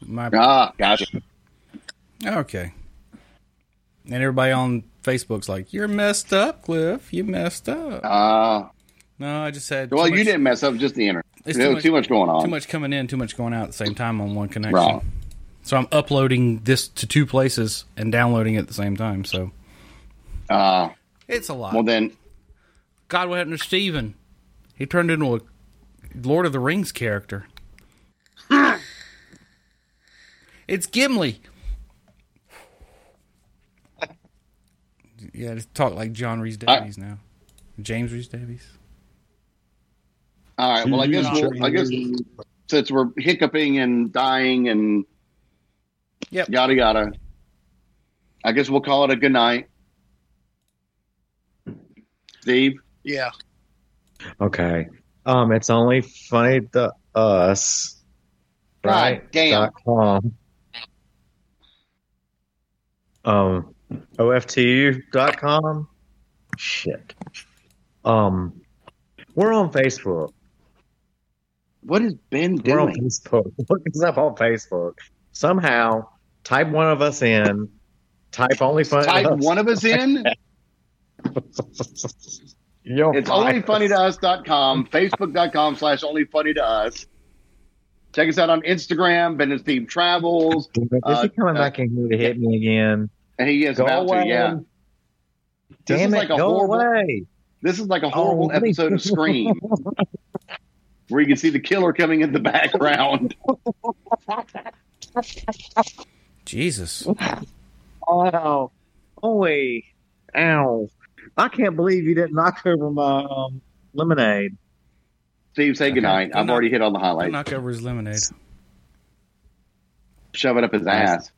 [SPEAKER 3] My
[SPEAKER 1] Ah, gosh.
[SPEAKER 3] okay. And everybody on Facebook's like, "You're messed up, Cliff. You messed up."
[SPEAKER 1] Uh,
[SPEAKER 3] No, I just had. too
[SPEAKER 1] well, you
[SPEAKER 3] much-
[SPEAKER 1] didn't mess up. Just the internet.
[SPEAKER 3] It's
[SPEAKER 1] There
[SPEAKER 3] too
[SPEAKER 1] was
[SPEAKER 3] much-
[SPEAKER 1] too much going on.
[SPEAKER 3] Too much coming in, too much going out at the same time on one connection.
[SPEAKER 1] Um, Right.
[SPEAKER 3] So I'm uploading this to two places and downloading it at the same time. So
[SPEAKER 1] Uh,
[SPEAKER 3] it's a lot.
[SPEAKER 1] well, then,
[SPEAKER 3] God, what happened to Steven? He turned into a Lord of the Rings character. it's Gimli. Yeah, just talk like John Reese Davies now. James Reese Davies.
[SPEAKER 1] all right. Well, I guess we'll, I guess since we're hiccuping and dying and
[SPEAKER 3] Yep.
[SPEAKER 1] yada yada, I guess we'll call it a good night. Steve,
[SPEAKER 5] Yeah.
[SPEAKER 4] Okay. Um, it's only funny to us. Right.
[SPEAKER 1] God damn.
[SPEAKER 4] Dot com. Um, oftu.com. Shit. Um, we're on Facebook.
[SPEAKER 1] what is Ben
[SPEAKER 4] We're on
[SPEAKER 1] doing?
[SPEAKER 4] Facebook. Look us up on Facebook. Somehow, type one of us in. Type only funny.
[SPEAKER 1] Type
[SPEAKER 4] to us.
[SPEAKER 1] one of us in.
[SPEAKER 4] You'll
[SPEAKER 1] It's
[SPEAKER 4] find
[SPEAKER 1] only funny
[SPEAKER 4] us.
[SPEAKER 1] to us.com, facebook.com slash only funny to us. Check us out on Instagram, Ben and Steve Travels.
[SPEAKER 4] Is
[SPEAKER 1] Uh,
[SPEAKER 4] he coming
[SPEAKER 1] uh,
[SPEAKER 4] back in here to hit me again?
[SPEAKER 1] And he is
[SPEAKER 4] Go
[SPEAKER 1] about
[SPEAKER 4] away.
[SPEAKER 1] to, yeah. This
[SPEAKER 4] Damn
[SPEAKER 1] is
[SPEAKER 4] it,
[SPEAKER 1] like a
[SPEAKER 4] go
[SPEAKER 1] horrible-
[SPEAKER 4] away.
[SPEAKER 1] This is like a horrible
[SPEAKER 4] Oh,
[SPEAKER 1] episode of Scream where you can see the killer coming in the background.
[SPEAKER 3] Jesus.
[SPEAKER 4] Oh, holy, ow. I can't believe you didn't knock over my um, lemonade.
[SPEAKER 1] Steve, say goodnight.
[SPEAKER 3] Don't
[SPEAKER 1] I've
[SPEAKER 3] knock-
[SPEAKER 1] already hit all the
[SPEAKER 3] Don't
[SPEAKER 1] highlights.
[SPEAKER 3] knock over his lemonade.
[SPEAKER 1] Shove it up his ass.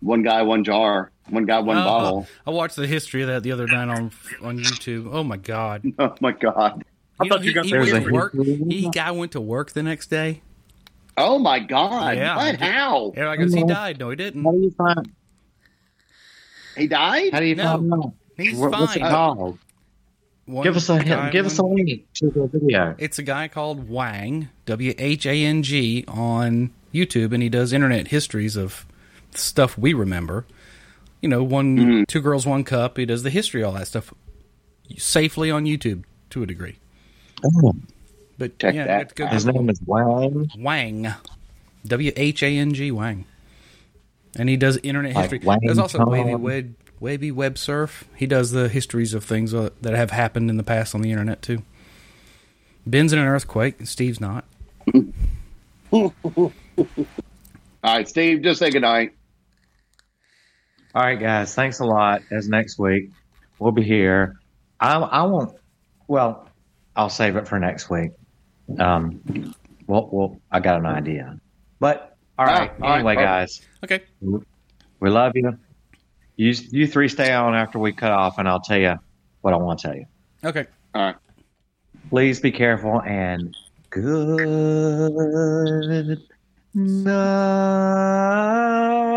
[SPEAKER 1] One guy, one jar. One guy, one
[SPEAKER 3] Oh.
[SPEAKER 4] Uh-huh.
[SPEAKER 1] bottle.
[SPEAKER 3] I watched the history of that the other night on on YouTube. Oh my God.
[SPEAKER 1] Oh my God.
[SPEAKER 5] I thought you got
[SPEAKER 3] he,
[SPEAKER 5] there
[SPEAKER 3] he went
[SPEAKER 5] was
[SPEAKER 3] to
[SPEAKER 5] a-
[SPEAKER 3] work. He guy went to work the next day.
[SPEAKER 1] Oh my God.
[SPEAKER 3] Yeah.
[SPEAKER 1] What? How?
[SPEAKER 3] And I goes, he died. No, he didn't.
[SPEAKER 4] How do you find?
[SPEAKER 1] He
[SPEAKER 4] How
[SPEAKER 1] died?
[SPEAKER 4] do you
[SPEAKER 3] No.
[SPEAKER 4] find out?
[SPEAKER 3] He's
[SPEAKER 4] What- What's it
[SPEAKER 3] fine.
[SPEAKER 4] called?
[SPEAKER 3] One
[SPEAKER 4] Give us a
[SPEAKER 3] guy
[SPEAKER 4] hint. Give us a
[SPEAKER 3] went-
[SPEAKER 4] link to the video.
[SPEAKER 3] It's a guy called Wang, W H A N G, on YouTube, and he does internet histories of stuff we remember. You know, one,
[SPEAKER 4] Hmm.
[SPEAKER 3] two girls, one cup. He does
[SPEAKER 1] Oh.
[SPEAKER 3] the history, all that stuff, safely on YouTube to a degree. But
[SPEAKER 1] Check
[SPEAKER 3] yeah,
[SPEAKER 1] that
[SPEAKER 3] you have to go
[SPEAKER 1] out.
[SPEAKER 3] to
[SPEAKER 7] His name is Wang.
[SPEAKER 3] Wang, W H A N G Wang, and he does internet
[SPEAKER 7] Like
[SPEAKER 3] history.
[SPEAKER 7] Wang
[SPEAKER 3] There's also
[SPEAKER 7] Chung.
[SPEAKER 3] Wavy Web, Wavy Web Surf. He does the histories of things uh, that have happened in the past on the internet too. Ben's in an earthquake, and Steve's not.
[SPEAKER 1] All right, Steve, just say goodnight.
[SPEAKER 7] All right,
[SPEAKER 4] guys, thanks a lot. As next week, we'll be here. I, I won't. Well, I'll save it for next week. Um, well, well, I got an idea. But all
[SPEAKER 1] Ah,
[SPEAKER 4] right.
[SPEAKER 1] all right,
[SPEAKER 4] anyway,
[SPEAKER 1] perfect.
[SPEAKER 4] guys,
[SPEAKER 3] Okay,
[SPEAKER 4] we love you. You you three stay on after we cut off, and I'll tell you what I want to tell you.
[SPEAKER 3] okay.
[SPEAKER 4] Please be careful and good night.